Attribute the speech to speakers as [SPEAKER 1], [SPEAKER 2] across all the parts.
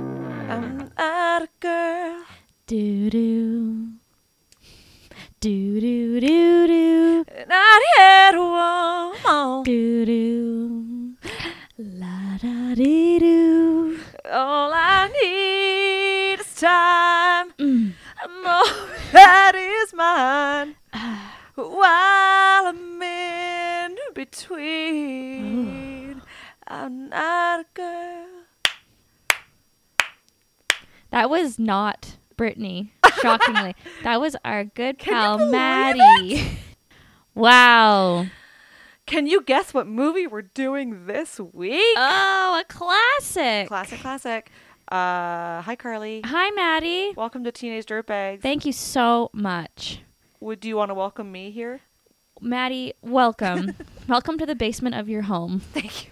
[SPEAKER 1] I'm that girl.
[SPEAKER 2] Do do. Do do do do.
[SPEAKER 1] Not here one.
[SPEAKER 2] Do do. La da dee do.
[SPEAKER 1] All I need is time. And all that is mine. While I'm in between, I'm not a girl.
[SPEAKER 2] That was not Brittany, shockingly. that was our good
[SPEAKER 1] Can you
[SPEAKER 2] pal
[SPEAKER 1] believe
[SPEAKER 2] Maddie. wow.
[SPEAKER 1] Can you guess what movie we're doing this week?
[SPEAKER 2] Oh, a classic.
[SPEAKER 1] classic, classic. Uh, hi, Carly.
[SPEAKER 2] Hi, Maddie.
[SPEAKER 1] Welcome to Teenage Dirtbags.
[SPEAKER 2] Thank you so much.
[SPEAKER 1] Would you want to welcome me here?
[SPEAKER 2] Maddie, welcome. welcome to the basement of your home.
[SPEAKER 1] Thank you.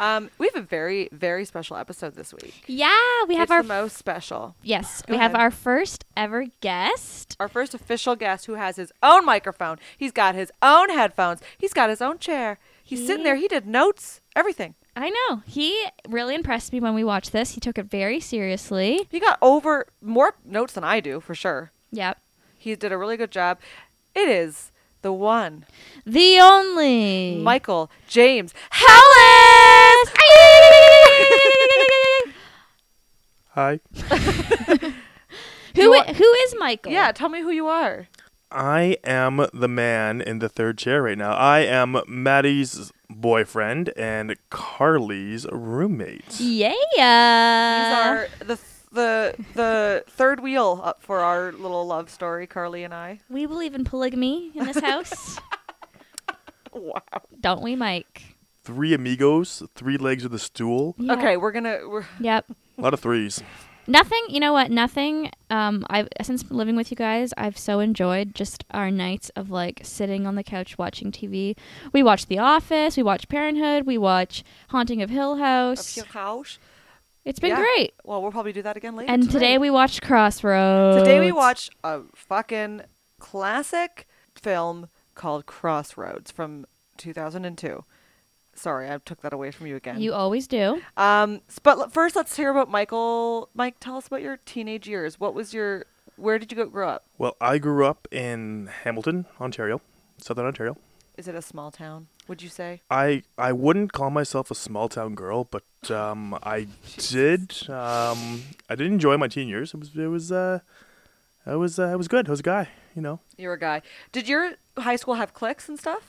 [SPEAKER 1] Um, we have a very, very special episode this week.
[SPEAKER 2] Yeah, we have
[SPEAKER 1] it's
[SPEAKER 2] our
[SPEAKER 1] the most special.
[SPEAKER 2] yes,
[SPEAKER 1] Go
[SPEAKER 2] we have
[SPEAKER 1] ahead.
[SPEAKER 2] our first ever guest.
[SPEAKER 1] Our first official guest who has his own microphone. He's got his own headphones. He's got his own chair. He's sitting
[SPEAKER 2] He-
[SPEAKER 1] there. He did notes, everything.
[SPEAKER 2] I know. He really impressed me when we watched this. He took it very seriously.
[SPEAKER 1] He got over more notes than I do, for sure.
[SPEAKER 2] Yep.
[SPEAKER 1] He did a really good job. It is the one,
[SPEAKER 2] The only
[SPEAKER 1] Michael James.
[SPEAKER 2] Hellas.
[SPEAKER 3] Hi.
[SPEAKER 2] who i- who is Michael?
[SPEAKER 1] Yeah, tell me who you are.
[SPEAKER 3] I am the man in the third chair right now. I am Maddie's boyfriend and Carly's roommate.
[SPEAKER 2] Yeah.
[SPEAKER 1] These
[SPEAKER 2] Uh,
[SPEAKER 1] are the the the third wheel up for our little love story, Carly and I.
[SPEAKER 2] we believe in polygamy in this house,
[SPEAKER 1] Wow.
[SPEAKER 2] don't we, Mike?
[SPEAKER 3] Three amigos, three legs with a stool.
[SPEAKER 2] Yeah.
[SPEAKER 1] Okay, we're gonna we're
[SPEAKER 2] Yep.
[SPEAKER 3] A lot of threes.
[SPEAKER 2] Nothing. You know what? Nothing. Um, I have since living with you guys, I've so enjoyed just our nights of like sitting on the couch watching TV. We watch The Office. We watch Parenthood. We watch Haunting of Hill House. It's been
[SPEAKER 1] Yeah.
[SPEAKER 2] great.
[SPEAKER 1] Well, we'll probably do that again later.
[SPEAKER 2] And today we watched Crossroads.
[SPEAKER 1] today we watched a fucking classic film called Crossroads from 2002. Sorry, I took that away from you again.
[SPEAKER 2] You always do.
[SPEAKER 1] um, s- but l- first, let's hear about Michael. Mike, tell us about your teenage years. What was your? Where did you go, grow up?
[SPEAKER 3] Well, I grew up in Hamilton, Ontario, southern Ontario.
[SPEAKER 1] Is it a small town? Would you say?
[SPEAKER 3] I I wouldn't call myself a small town girl, but um, I did um, I did enjoy my teen years. It was it was uh, I was uh, I was good. I was a guy, you know.
[SPEAKER 1] You're a guy. Did your high school have cliques and stuff?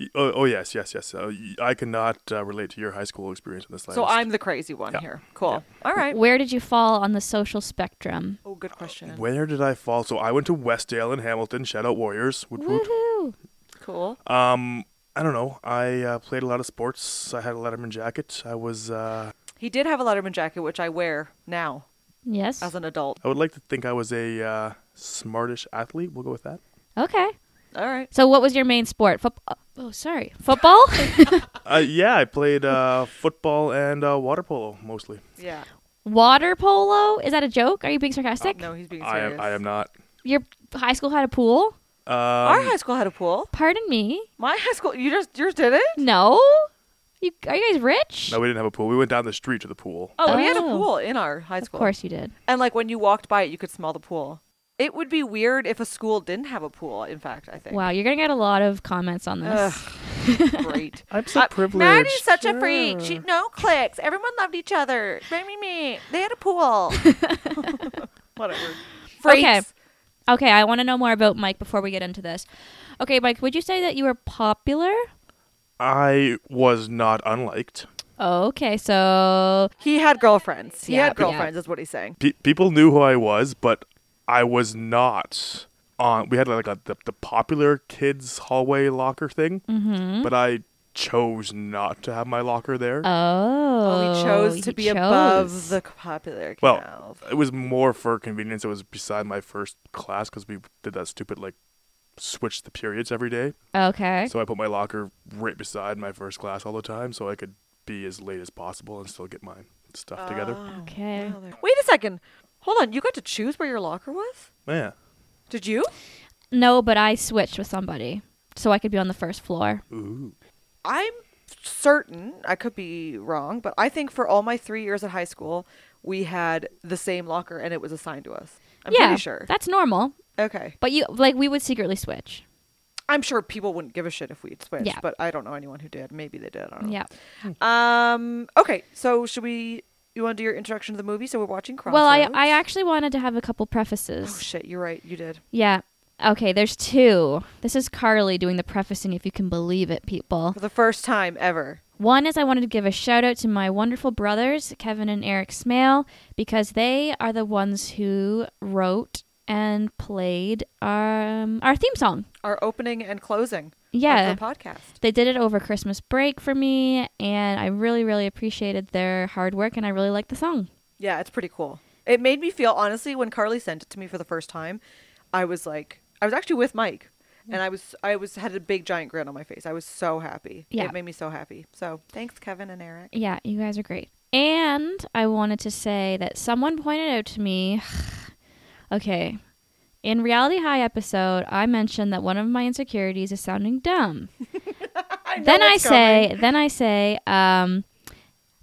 [SPEAKER 3] Y- Oh, oh yes, yes, yes. Uh, y- I cannot uh, relate to your high school experience in this.
[SPEAKER 1] So
[SPEAKER 3] last-
[SPEAKER 1] I'm the crazy one
[SPEAKER 3] Yeah.
[SPEAKER 1] here. Cool. All right.
[SPEAKER 2] Where did you fall on the social spectrum?
[SPEAKER 1] Oh, good question.
[SPEAKER 3] Where did I fall? So I went to Westdale in Hamilton. Shout out Warriors. Woot woot.
[SPEAKER 2] Woohoo!
[SPEAKER 1] Cool.
[SPEAKER 3] Um, I don't know. I uh, played a lot of sports. I had a Letterman jacket. I was. Uh,
[SPEAKER 1] He did have a Letterman jacket, which I wear now
[SPEAKER 2] Yes.
[SPEAKER 1] as an adult.
[SPEAKER 3] I would like to think I was a uh, smartish athlete. We'll go with that.
[SPEAKER 2] Okay.
[SPEAKER 1] All right.
[SPEAKER 2] So what was your main sport? Football. Oh, sorry. Football.
[SPEAKER 3] Uh, yeah, I played uh, football and uh, water polo mostly.
[SPEAKER 1] Yeah.
[SPEAKER 2] Water polo? Is that a joke? Are you being
[SPEAKER 1] Oh,
[SPEAKER 2] sarcastic?
[SPEAKER 1] no, he's being
[SPEAKER 3] I
[SPEAKER 1] serious.
[SPEAKER 3] am. I am not.
[SPEAKER 2] Your high school had a pool?
[SPEAKER 3] Um,
[SPEAKER 1] Our high school had a pool.
[SPEAKER 2] Pardon me.
[SPEAKER 1] My high school, you just yours did it.
[SPEAKER 2] No. You are you guys rich?
[SPEAKER 3] no, we didn't have a pool. We went down the street to the pool.
[SPEAKER 1] Oh, we had a
[SPEAKER 2] Oh.
[SPEAKER 1] pool in our high
[SPEAKER 2] of
[SPEAKER 1] school.
[SPEAKER 2] course you did.
[SPEAKER 1] And like when you walked by it, you could smell the pool. It would be weird if a school didn't have a pool. In fact, I think.
[SPEAKER 2] Wow, you're gonna get a lot of comments on this.
[SPEAKER 1] Great.
[SPEAKER 3] I'm so
[SPEAKER 1] Uh,
[SPEAKER 3] privileged.
[SPEAKER 1] Maddie's such a freak. She
[SPEAKER 3] Sure.
[SPEAKER 1] no clicks. Everyone loved each other. Me me me. They had a pool. Whatever. Freaks.
[SPEAKER 2] Okay. Okay, I want to know more about Mike before we get into this. Okay, Mike, would you say that you were popular?
[SPEAKER 3] I was not unliked.
[SPEAKER 2] Okay, so
[SPEAKER 1] He had girlfriends. He
[SPEAKER 2] Yeah,
[SPEAKER 1] had
[SPEAKER 2] yeah.
[SPEAKER 1] girlfriends. Is what he's saying.
[SPEAKER 3] pe- people knew who I was, but I was not on. We had like a, the the popular kids hallway locker thing, but I chose not to have my locker there.
[SPEAKER 2] oh,
[SPEAKER 1] oh, he chose to
[SPEAKER 2] he
[SPEAKER 1] be above
[SPEAKER 2] chose.
[SPEAKER 1] the popular.
[SPEAKER 3] well,
[SPEAKER 1] crowd.
[SPEAKER 3] it was more for convenience. It was beside my first class because we did that stupid like switch the periods every day.
[SPEAKER 2] Okay.
[SPEAKER 3] So I put my locker right beside my first class all the time, so I could be as late as possible and still get my stuff together.
[SPEAKER 1] Oh,
[SPEAKER 2] Okay.
[SPEAKER 1] wow, there- Wait a second. Hold on. You got to choose where your locker was.
[SPEAKER 3] Yeah.
[SPEAKER 1] Did you?
[SPEAKER 2] No, but I switched with somebody so I could be on the first floor.
[SPEAKER 3] Ooh.
[SPEAKER 1] I'm certain. I could be wrong, but I think for all my three years at high school, we had the same locker and it was assigned to us. I'm
[SPEAKER 2] yeah,
[SPEAKER 1] pretty sure.
[SPEAKER 2] that's normal.
[SPEAKER 1] Okay.
[SPEAKER 2] But you like we would secretly switch.
[SPEAKER 1] I'm sure people wouldn't give a shit if we'd switched,
[SPEAKER 2] Yeah.
[SPEAKER 1] but I don't know anyone who did. Maybe they did. I don't know.
[SPEAKER 2] Yeah.
[SPEAKER 1] Um. Okay. So should we? You want to do your introduction to the movie? So we're watching Crossroads.
[SPEAKER 2] Well, I I actually wanted to have a couple prefaces.
[SPEAKER 1] Oh shit! You're right. You did.
[SPEAKER 2] Yeah. Okay, there's two. This is Carly doing the prefacing, if you can believe it, people.
[SPEAKER 1] For the first time ever.
[SPEAKER 2] One is I wanted to give a shout out to my wonderful brothers, Kevin and Eric Smale, because they are the ones who wrote and played our, um, our theme song.
[SPEAKER 1] Our opening and closing.
[SPEAKER 2] Yeah.
[SPEAKER 1] Of the podcast.
[SPEAKER 2] They did it over Christmas break for me, and I really, really appreciated their hard work, and I really liked the song.
[SPEAKER 1] Yeah, it's pretty cool. It made me feel honestly when Carly sent it to me for the first time, I was like, I was actually with Mike,
[SPEAKER 2] Mm.
[SPEAKER 1] and I was, I was had a big giant grin on my face. I was so happy.
[SPEAKER 2] Yeah.
[SPEAKER 1] It made me so happy. So thanks, Kevin and Eric.
[SPEAKER 2] Yeah, you guys are great. And I wanted to say that someone pointed out to me okay, in Reality High episode, I mentioned that one of my insecurities is sounding dumb. then I say, then I say, um,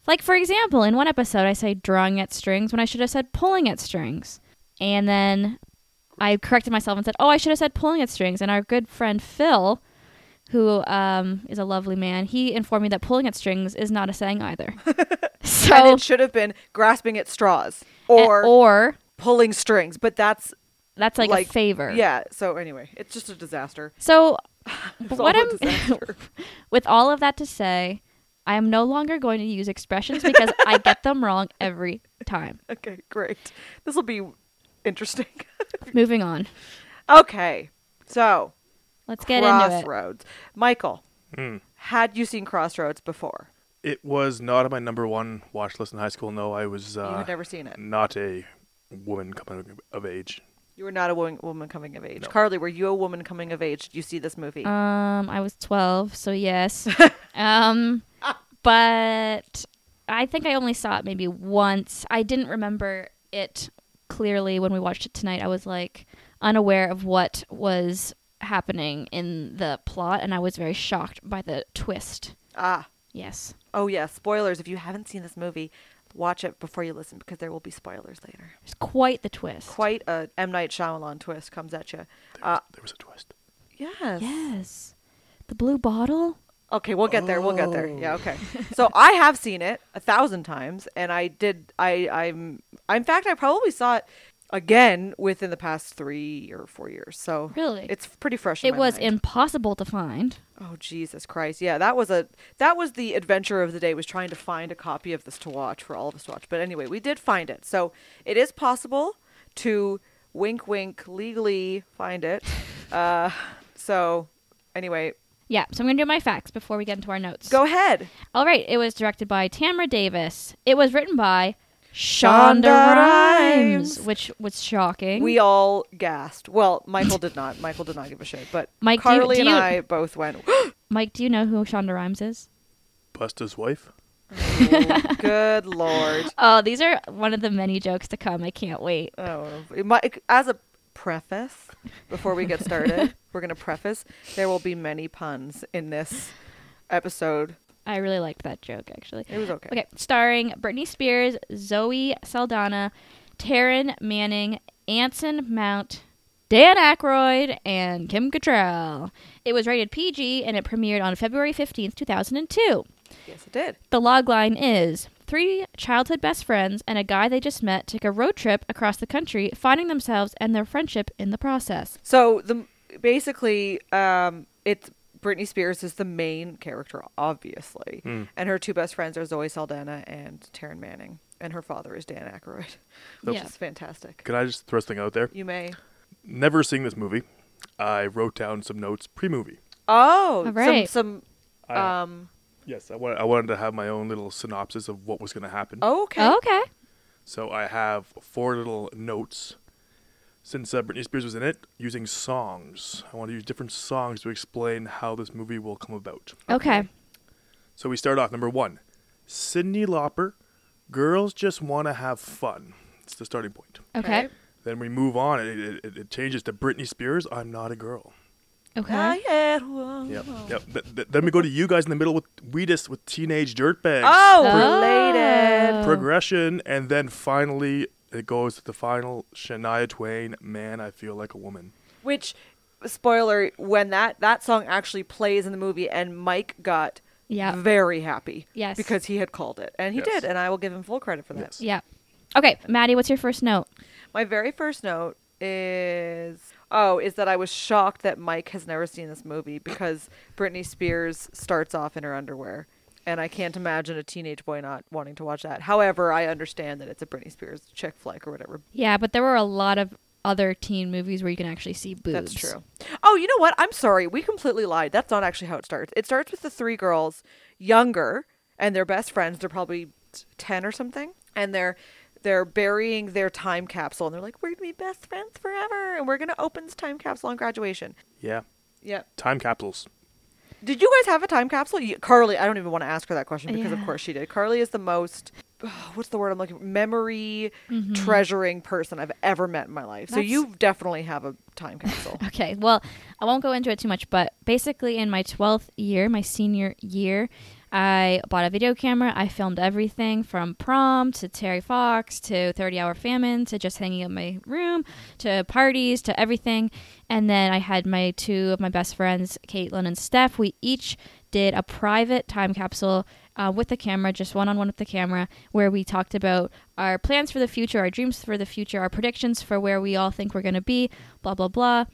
[SPEAKER 2] like for example, in one episode, I say drawing at strings when I should have said pulling at strings. And then I corrected myself and said, oh, I should have said pulling at strings. And our good friend Phil, who um, is a lovely man, he informed me that pulling at strings is not a saying either.
[SPEAKER 1] and
[SPEAKER 2] so,
[SPEAKER 1] it should have been grasping at straws or
[SPEAKER 2] and- or
[SPEAKER 1] pulling strings, but that's
[SPEAKER 2] that's like,
[SPEAKER 1] like,
[SPEAKER 2] a favor.
[SPEAKER 1] yeah. So anyway, it's just a disaster.
[SPEAKER 2] So,
[SPEAKER 1] It's
[SPEAKER 2] what
[SPEAKER 1] all a
[SPEAKER 2] I'm
[SPEAKER 1] disaster.
[SPEAKER 2] with all of that to say, I am no longer going to use expressions because I get them wrong every time.
[SPEAKER 1] okay, great. This will be interesting.
[SPEAKER 2] Moving on.
[SPEAKER 1] okay, so
[SPEAKER 2] Let's get into it.
[SPEAKER 1] Crossroads. Michael,
[SPEAKER 3] Hmm.
[SPEAKER 1] had you seen Crossroads before?
[SPEAKER 3] It was not on my number one watch list in high school. No, I was
[SPEAKER 1] you
[SPEAKER 3] uh,
[SPEAKER 1] had never seen it.
[SPEAKER 3] not a woman coming of age.
[SPEAKER 1] You were not a woman, woman coming of age.
[SPEAKER 3] No.
[SPEAKER 1] Carly, were you a woman coming of age? Did you see this movie?
[SPEAKER 2] Um, I was 12, so yes. um, but I think I only saw it maybe once. I didn't remember it clearly when we watched it tonight. I was like unaware of what was happening in the plot, and I was very shocked by the twist.
[SPEAKER 1] ah,
[SPEAKER 2] Yes.
[SPEAKER 1] oh yeah. Spoilers. If you haven't seen this movie, watch it before you listen because there will be spoilers later.
[SPEAKER 2] It's quite the twist.
[SPEAKER 1] Quite a M Night Shyamalan twist comes at you.
[SPEAKER 3] There was,
[SPEAKER 1] Uh,
[SPEAKER 3] there was a twist.
[SPEAKER 1] yes.
[SPEAKER 2] Yes. The blue bottle?
[SPEAKER 1] Okay, we'll get there. We'll get there. Yeah, okay.
[SPEAKER 2] Oh.
[SPEAKER 1] so I have seen it a thousand times and I did I I'm in fact I probably saw it again within the past 3 or 4 years. So
[SPEAKER 2] Really?
[SPEAKER 1] It's pretty fresh in
[SPEAKER 2] It
[SPEAKER 1] my
[SPEAKER 2] was
[SPEAKER 1] mind.
[SPEAKER 2] impossible to find.
[SPEAKER 1] Oh Jesus Christ! Yeah, that was a that was the adventure of the day was trying to find a copy of this to watch for all of us to watch. But anyway, we did find it, so it is possible to wink, wink, legally find it. Uh, so anyway,
[SPEAKER 2] Yeah, so I'm going to do my facts before we get into our notes.
[SPEAKER 1] go ahead.
[SPEAKER 2] All right, it was directed by Tamra Davis. It was written by
[SPEAKER 1] Shonda
[SPEAKER 2] Shonda Rhimes,
[SPEAKER 1] Rhimes.
[SPEAKER 2] which was shocking.
[SPEAKER 1] We all gasped. Well, Michael did not. Michael did not give a shit. But
[SPEAKER 2] Mike, do you-
[SPEAKER 1] Carly
[SPEAKER 2] do
[SPEAKER 1] and
[SPEAKER 2] you-
[SPEAKER 1] I both went. "Oh,
[SPEAKER 2] Mike, do you know who Shonda Rhimes is?
[SPEAKER 3] Busta's wife.
[SPEAKER 1] "Oh, good lord.
[SPEAKER 2] Oh, these are one of the many jokes to come. I can't wait.
[SPEAKER 1] Oh, it might- as a preface, before we get started, we're going to preface there will be many puns in this episode.
[SPEAKER 2] I really liked that joke, actually.
[SPEAKER 1] It was okay.
[SPEAKER 2] Okay, starring Britney Spears, Zoe Saldana, Taryn Manning, Anson Mount, Dan Aykroyd, and Kim Cattrall. It was rated PG and it premiered on February 15th, 2002.
[SPEAKER 1] Yes, it did.
[SPEAKER 2] The logline is three childhood best friends and a guy they just met take a road trip across the country, finding themselves and their friendship in the process.
[SPEAKER 1] So the basically, um, it's Britney Spears is the main character, obviously, and her two best friends are Zoe Saldana and Taryn Manning, and her father is Dan Aykroyd, which
[SPEAKER 2] Yeah.
[SPEAKER 1] is fantastic.
[SPEAKER 3] Can I just throw something out there?
[SPEAKER 1] You may.
[SPEAKER 3] Never seeing this movie, I wrote down some notes pre-movie.
[SPEAKER 1] Oh,
[SPEAKER 2] All right.
[SPEAKER 1] some. some
[SPEAKER 3] I-
[SPEAKER 1] um.
[SPEAKER 3] Yes, I wanted, I wanted to have my own little synopsis of what was going to happen.
[SPEAKER 1] oh, Okay.
[SPEAKER 2] Oh, okay.
[SPEAKER 3] So I have four little notes. Since uh, Britney Spears was in it, using songs. I want to use different songs to explain how this movie will come about.
[SPEAKER 2] Okay.
[SPEAKER 3] So we start off number one Cindy Lauper, Girls Just Want to Have Fun. It's the starting point.
[SPEAKER 2] Okay.
[SPEAKER 1] Right.
[SPEAKER 3] Then we move on. It, it, it- it changes to Britney Spears, I'm Not a Girl.
[SPEAKER 2] Okay.
[SPEAKER 1] I had one.
[SPEAKER 3] Yep. Yep. Th- th- then we go to you guys in the middle with Weedus with Teenage Dirtbags.
[SPEAKER 1] Oh,
[SPEAKER 2] Oh.
[SPEAKER 1] related.
[SPEAKER 3] Progression, and then finally it goes to the final Shania Twain, Man, I Feel Like a Woman.
[SPEAKER 1] Which, spoiler, when that that song actually plays in the movie, and Mike got
[SPEAKER 2] Yeah.
[SPEAKER 1] very happy.
[SPEAKER 2] Yes.
[SPEAKER 1] Because he had called it, and he
[SPEAKER 3] Yes.
[SPEAKER 1] did, and I will give him full credit for that.
[SPEAKER 3] Yes.
[SPEAKER 2] Yeah. Okay, Maddie, what's your first note?
[SPEAKER 1] My very first note is oh, is that I was shocked that Mike has never seen this movie because Britney Spears starts off in her underwear. And I can't imagine a teenage boy not wanting to watch that. However, I understand that it's a Britney Spears chick flick or whatever.
[SPEAKER 2] Yeah, but there were a lot of other teen movies where you can actually see boobs.
[SPEAKER 1] That's true. Oh, you know what? I'm sorry. We completely lied. That's not actually how it starts. It starts with the three girls, younger, and they're best friends. They're probably t- 10 or something. And they're they're burying their time capsule and they're like, "We're going to be best friends forever and we're going to open this time capsule on graduation."
[SPEAKER 3] Yeah.
[SPEAKER 1] Yep.
[SPEAKER 3] Time capsules.
[SPEAKER 1] Did you guys have a time capsule? You, Carly, I don't even want to ask her that question because,
[SPEAKER 2] Yeah.
[SPEAKER 1] of course, she did. Carly is the most, what's the word I'm looking for? Memory treasuring person I've ever met in my life. So
[SPEAKER 2] Mm-hmm. That's-
[SPEAKER 1] you definitely have a time capsule.
[SPEAKER 2] Okay, well, I won't go into it too much, but basically, in my 12th year, my senior year, I bought a video camera. I filmed everything from prom to Terry Fox to 30 Hour Famine to just hanging out in my room to parties to everything. And then I had my two of my best friends, Caitlin and Steph. We each did a private time capsule uh, with the camera, just one on one with the camera, where we talked about our plans for the future, our dreams for the future, our predictions for where we all think we're going to be, blah, blah, blah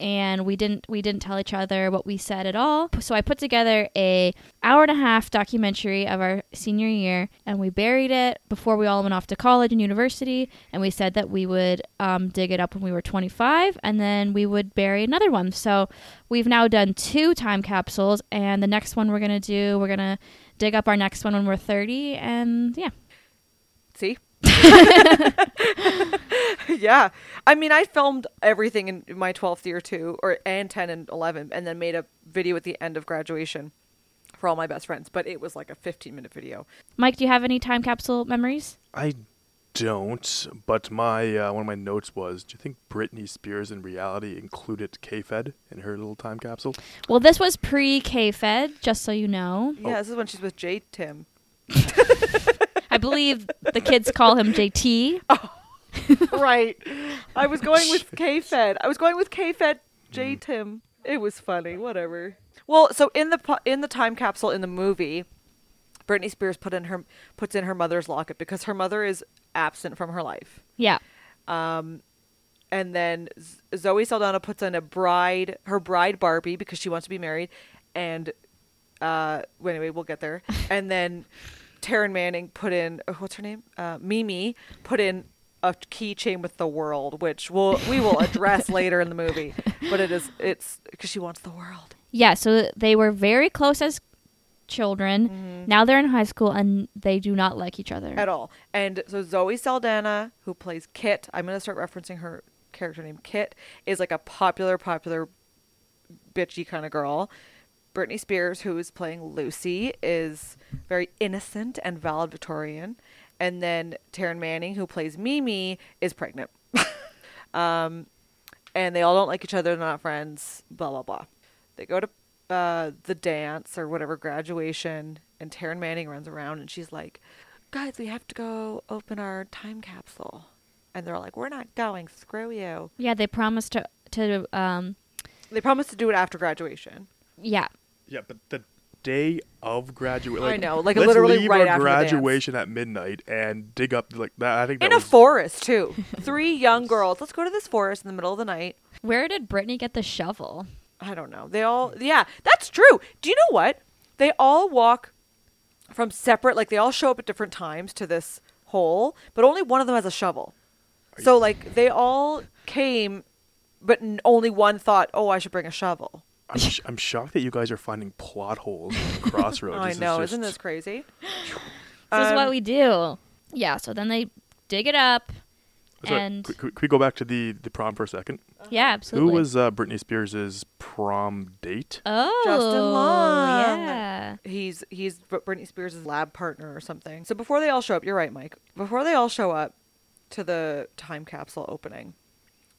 [SPEAKER 2] and we didn't we didn't tell each other what we said at all. So I put together a hour and a half documentary of our senior year, and we buried it before we all went off to college and university. And we said that we would um, dig it up when we were 25, and then we would bury another one. So we've now done two time capsules, and the next one we're gonna do we're gonna dig up our next one when we're 30, and yeah.
[SPEAKER 1] See? yeah. I mean, I filmed everything in my 12th year too, or and 10 and 11, and then made a video at the end of graduation for all my best friends, but it was like a 15 minute video.
[SPEAKER 2] Mike, do you have any time capsule memories?
[SPEAKER 3] I don't, but my uh, one of my notes was, do you think Britney Spears in reality included K-Fed in her little time capsule?
[SPEAKER 2] Well, this was pre K Fed, just so you know.
[SPEAKER 1] Yeah, this is when she's with J Tim.
[SPEAKER 2] I believe the kids call him JT.
[SPEAKER 1] right. I was going with K Fed. I was going with K Fed J Tim. It was funny. Whatever. Mm. Well, so in the po- in the time capsule in the movie, Britney Spears put in her puts in her mother's locket because her mother is absent from her life.
[SPEAKER 2] Yeah.
[SPEAKER 1] Um, and then Z- Zoe Saldana puts on a bride, her bride Barbie, because she wants to be married, and uh, well, anyway, we'll get there. And then Taryn Manning put in oh, what's her name, uh, Mimi, put in a keychain with the world, which we'll we will address later in the movie, but it is it's because she wants the world.
[SPEAKER 2] Yeah, so they were very close as children. Now they're in high school and they do not like each other.
[SPEAKER 1] Mm-hmm. at all. And so Zoe Saldana, who plays Kit, I'm gonna start referencing her character name Kit, is like a popular, popular, bitchy kind of girl. Britney Spears, who is playing Lucy, is very innocent and valedictorian. And then Taryn Manning, who plays Mimi, is pregnant. um, and they all don't like each other. They're not friends. Blah blah blah. They go to uh, the dance or whatever graduation, and Taryn Manning runs around and she's like, "Guys, we have to go open our time capsule." And they're all like, "We're not going. Screw you."
[SPEAKER 2] Yeah, they promised to to um
[SPEAKER 1] They promise to do it after graduation.
[SPEAKER 2] yeah.
[SPEAKER 3] Yeah, but the day of graduation,
[SPEAKER 1] I
[SPEAKER 3] like,
[SPEAKER 1] know, like,
[SPEAKER 3] let's
[SPEAKER 1] literally
[SPEAKER 3] leave
[SPEAKER 1] right
[SPEAKER 3] our
[SPEAKER 1] after the dance.
[SPEAKER 3] graduation at midnight and dig up like that. I think that
[SPEAKER 1] In a
[SPEAKER 3] was-
[SPEAKER 1] forest too. Three young girls. Let's go to this forest in the middle of the night.
[SPEAKER 2] Where did Brittany get the shovel?
[SPEAKER 1] I don't know. They all, yeah, that's true. Do you know what? They all walk from separate, like they all show up at different times to this hole, but only one of them has a shovel. So like they all came, but n- only one thought, oh, I should bring a shovel.
[SPEAKER 3] I'm, sh- I'm shocked that you guys are finding plot holes in Crossroads.
[SPEAKER 1] I
[SPEAKER 3] This is
[SPEAKER 1] know,
[SPEAKER 3] just-
[SPEAKER 1] isn't this crazy?
[SPEAKER 2] This is what
[SPEAKER 1] Um,
[SPEAKER 2] we do. Yeah, so then they dig it up
[SPEAKER 3] Sorry,
[SPEAKER 2] and
[SPEAKER 3] could, could- could we go back to the, the prom for a second?
[SPEAKER 2] yeah, absolutely.
[SPEAKER 3] Who was uh, Britney Spears' prom date?
[SPEAKER 2] Oh,
[SPEAKER 1] Justin Long.
[SPEAKER 2] Yeah.
[SPEAKER 1] He's he's Br- Britney Spears' lab partner or something. So before they all show up, you're right, Mike. Before they all show up to the time capsule opening,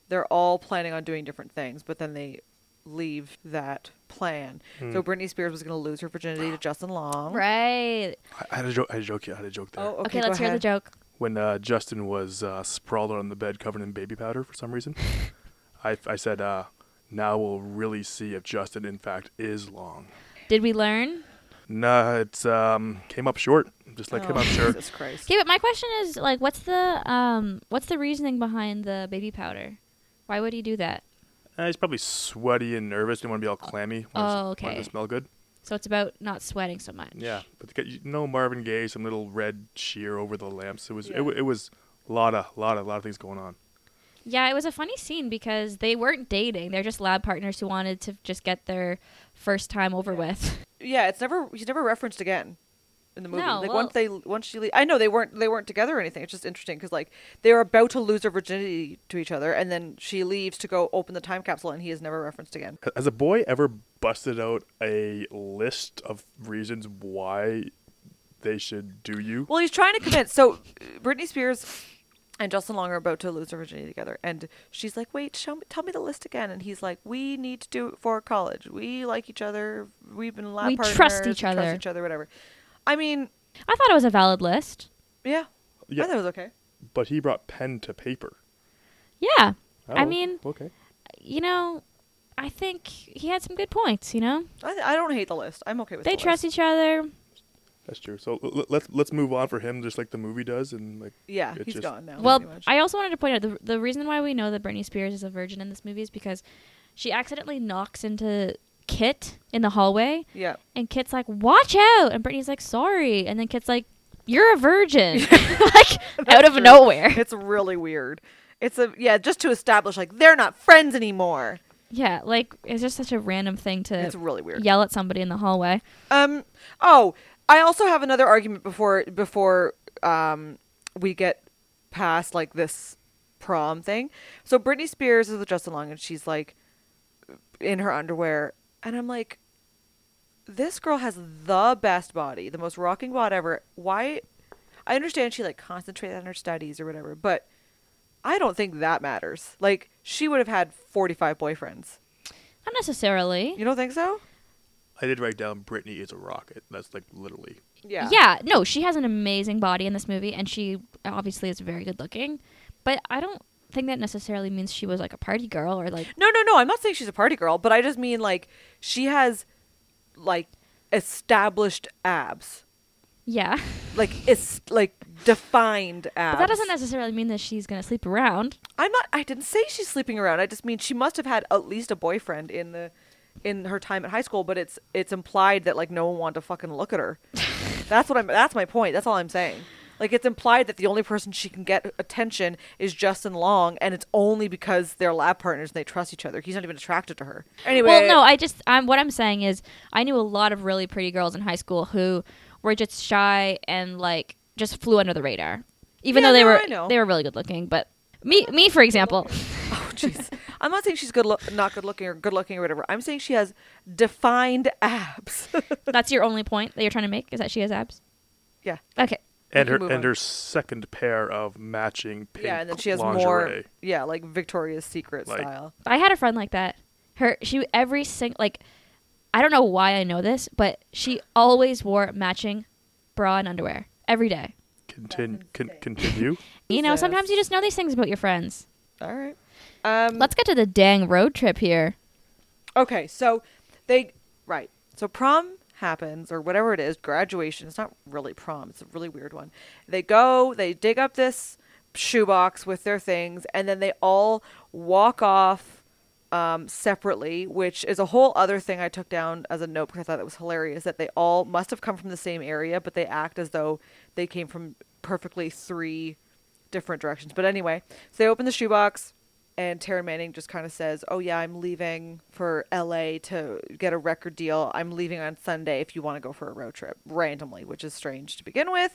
[SPEAKER 1] they're all planning on doing different things, but then they leave that plan.
[SPEAKER 3] Hmm.
[SPEAKER 1] So Britney Spears was going to lose her virginity to Justin Long.
[SPEAKER 2] Right.
[SPEAKER 3] I, I had a joke. I had a joke. I had a joke there.
[SPEAKER 1] Oh, okay.
[SPEAKER 2] Okay, let's
[SPEAKER 1] go
[SPEAKER 2] hear the
[SPEAKER 1] ahead.
[SPEAKER 2] joke.
[SPEAKER 3] When uh, Justin was uh, sprawled on the bed covered in baby powder for some reason, I, I said, uh, "Now we'll really see if Justin, in fact, is long."
[SPEAKER 2] Did we learn?
[SPEAKER 3] Nah, it's um came up short, just like him.
[SPEAKER 1] Oh,
[SPEAKER 3] I'm sure.
[SPEAKER 1] Jesus Christ.
[SPEAKER 2] Okay, but my question is like, what's the um, what's the reasoning behind the baby powder? Why would he do that?
[SPEAKER 3] Uh, he's probably sweaty and nervous. Didn't want to be all clammy. Wanted to-
[SPEAKER 2] Oh,
[SPEAKER 3] wanted
[SPEAKER 2] okay.
[SPEAKER 3] to smell good.
[SPEAKER 2] So it's about not sweating so much.
[SPEAKER 3] Yeah, but the, you know Marvin Gaye, some little red sheer over the lamps. It was
[SPEAKER 1] Yeah.
[SPEAKER 3] it, wa- it was a lot of lot of lot of things going on.
[SPEAKER 2] Yeah, it was a funny scene because they weren't dating. They're just lab partners who wanted to just get their first time over with.
[SPEAKER 1] Yeah, it's never he's never referenced again in the movie.
[SPEAKER 2] No,
[SPEAKER 1] like
[SPEAKER 2] well-
[SPEAKER 1] once they once she leave, I know they weren't they weren't together or anything. It's just interesting because like they're about to lose their virginity to each other, and then she leaves to go open the time capsule, and he is never referenced again.
[SPEAKER 3] Ha- Has a boy ever busted out a list of reasons why they should do you?
[SPEAKER 1] Well, he's trying to convince. So Britney Spears and Justin Long are about to lose their virginity together, and she's like, "Wait, show me, tell me the list again." And he's like, "We need to do it for college. We like each other. We've been lab
[SPEAKER 2] We
[SPEAKER 1] partners.
[SPEAKER 2] trust each
[SPEAKER 1] we
[SPEAKER 2] other."
[SPEAKER 1] Trust each other. Whatever." I mean,
[SPEAKER 2] I thought it was a valid list.
[SPEAKER 1] yeah,
[SPEAKER 3] Yeah.
[SPEAKER 1] I thought it was okay.
[SPEAKER 3] But he brought pen to paper.
[SPEAKER 2] Yeah. I
[SPEAKER 3] Oh,
[SPEAKER 2] mean,
[SPEAKER 3] okay.
[SPEAKER 2] you know, I think he had some good points, you know?
[SPEAKER 1] I, I don't hate the list. I'm okay with
[SPEAKER 2] They
[SPEAKER 1] the
[SPEAKER 2] trust
[SPEAKER 1] list.
[SPEAKER 2] each other.
[SPEAKER 3] That's true. So l- l- let's let's move on for him, just like the movie does, and like
[SPEAKER 1] Yeah,
[SPEAKER 3] It
[SPEAKER 1] he's
[SPEAKER 3] just-
[SPEAKER 1] gone now.
[SPEAKER 2] Well,
[SPEAKER 1] pretty much.
[SPEAKER 2] I also wanted to point out the, the reason why we know that Britney Spears is a virgin in this movie is because she accidentally knocks into Kit in the hallway,
[SPEAKER 1] yeah.
[SPEAKER 2] and Kit's like, watch out! And Britney's like, sorry. And then Kit's like, you're a virgin. like, out
[SPEAKER 1] That's
[SPEAKER 2] of
[SPEAKER 1] true.
[SPEAKER 2] nowhere.
[SPEAKER 1] It's really weird. It's a yeah, just to establish like they're not friends anymore.
[SPEAKER 2] Yeah, like, it's just such a random thing to
[SPEAKER 1] It's really weird.
[SPEAKER 2] yell at somebody in the hallway.
[SPEAKER 1] Um. Oh, I also have another argument before before um we get past like this prom thing. So Britney Spears is with Justin Long, and she's like in her underwear, and I'm like, this girl has the best body, the most rocking bod ever. Why? I understand she like concentrated on her studies or whatever, but I don't think that matters. Like she would have had 45 boyfriends.
[SPEAKER 2] Not necessarily.
[SPEAKER 1] You don't think so?
[SPEAKER 3] I did write down Britney is a rocket. That's like literally.
[SPEAKER 1] Yeah.
[SPEAKER 2] no, she has an amazing body in this movie, and she obviously is very good looking. But I don't think that necessarily means she was like a party girl or like.
[SPEAKER 1] No, no, no. I'm not saying she's a party girl, but I just mean like she has like established abs,
[SPEAKER 2] Yeah.
[SPEAKER 1] like it's like defined abs.
[SPEAKER 2] But that doesn't necessarily mean that she's going to sleep around.
[SPEAKER 1] I'm not. I didn't say she's sleeping around. I just mean she must have had at least a boyfriend in the in her time at high school. But it's it's implied that like no one wanted to fucking look at her. that's what I'm. That's my point. That's all I'm saying. Like it's implied that the only person she can get attention is Justin Long, and it's only because they're lab partners and they trust each other. He's not even attracted to her. Anyway,
[SPEAKER 2] Well, no, I just. I'm, what I'm saying is, I knew a lot of really pretty girls in high school who were just shy and like just flew under the radar. Even
[SPEAKER 1] Yeah,
[SPEAKER 2] though they
[SPEAKER 1] no,
[SPEAKER 2] were
[SPEAKER 1] I know.
[SPEAKER 2] they were really good looking, but me me for example.
[SPEAKER 1] Oh jeez. I'm not saying she's good look, not good looking or good looking or whatever. I'm saying she has defined abs.
[SPEAKER 2] that's your only point that you're trying to make is that she has abs.
[SPEAKER 1] yeah.
[SPEAKER 2] Okay.
[SPEAKER 3] And
[SPEAKER 1] can
[SPEAKER 3] her
[SPEAKER 1] move
[SPEAKER 3] and
[SPEAKER 1] on.
[SPEAKER 3] her second pair of matching pink
[SPEAKER 1] yeah, and then she has more
[SPEAKER 3] lingerie.
[SPEAKER 1] yeah, like Victoria's Secret
[SPEAKER 3] Like-
[SPEAKER 1] style.
[SPEAKER 2] I had a friend like that. Her she every single like I don't know why I know this, but she always wore matching bra and underwear every day.
[SPEAKER 3] Continue.
[SPEAKER 1] That's
[SPEAKER 3] Con-
[SPEAKER 1] insane.
[SPEAKER 3] continue.
[SPEAKER 2] You know,
[SPEAKER 1] Jesus.
[SPEAKER 2] sometimes you just know these things about your friends.
[SPEAKER 1] All right. Um
[SPEAKER 2] Let's get to the dang road trip here.
[SPEAKER 1] okay, so they right. So prom happens or whatever it is, graduation. It's not really prom. It's a really weird one. They go, they dig up this shoebox with their things and then they all walk off um, separately, which is a whole other thing I took down as a note because I thought it was hilarious that they all must have come from the same area, but they act as though they came from perfectly three different directions. But anyway, so they open the shoebox, and Taryn Manning just kind of says, "Oh yeah, I'm leaving for L.A. to get a record deal. I'm leaving on Sunday. If you want to go for a road trip, randomly, which is strange to begin with."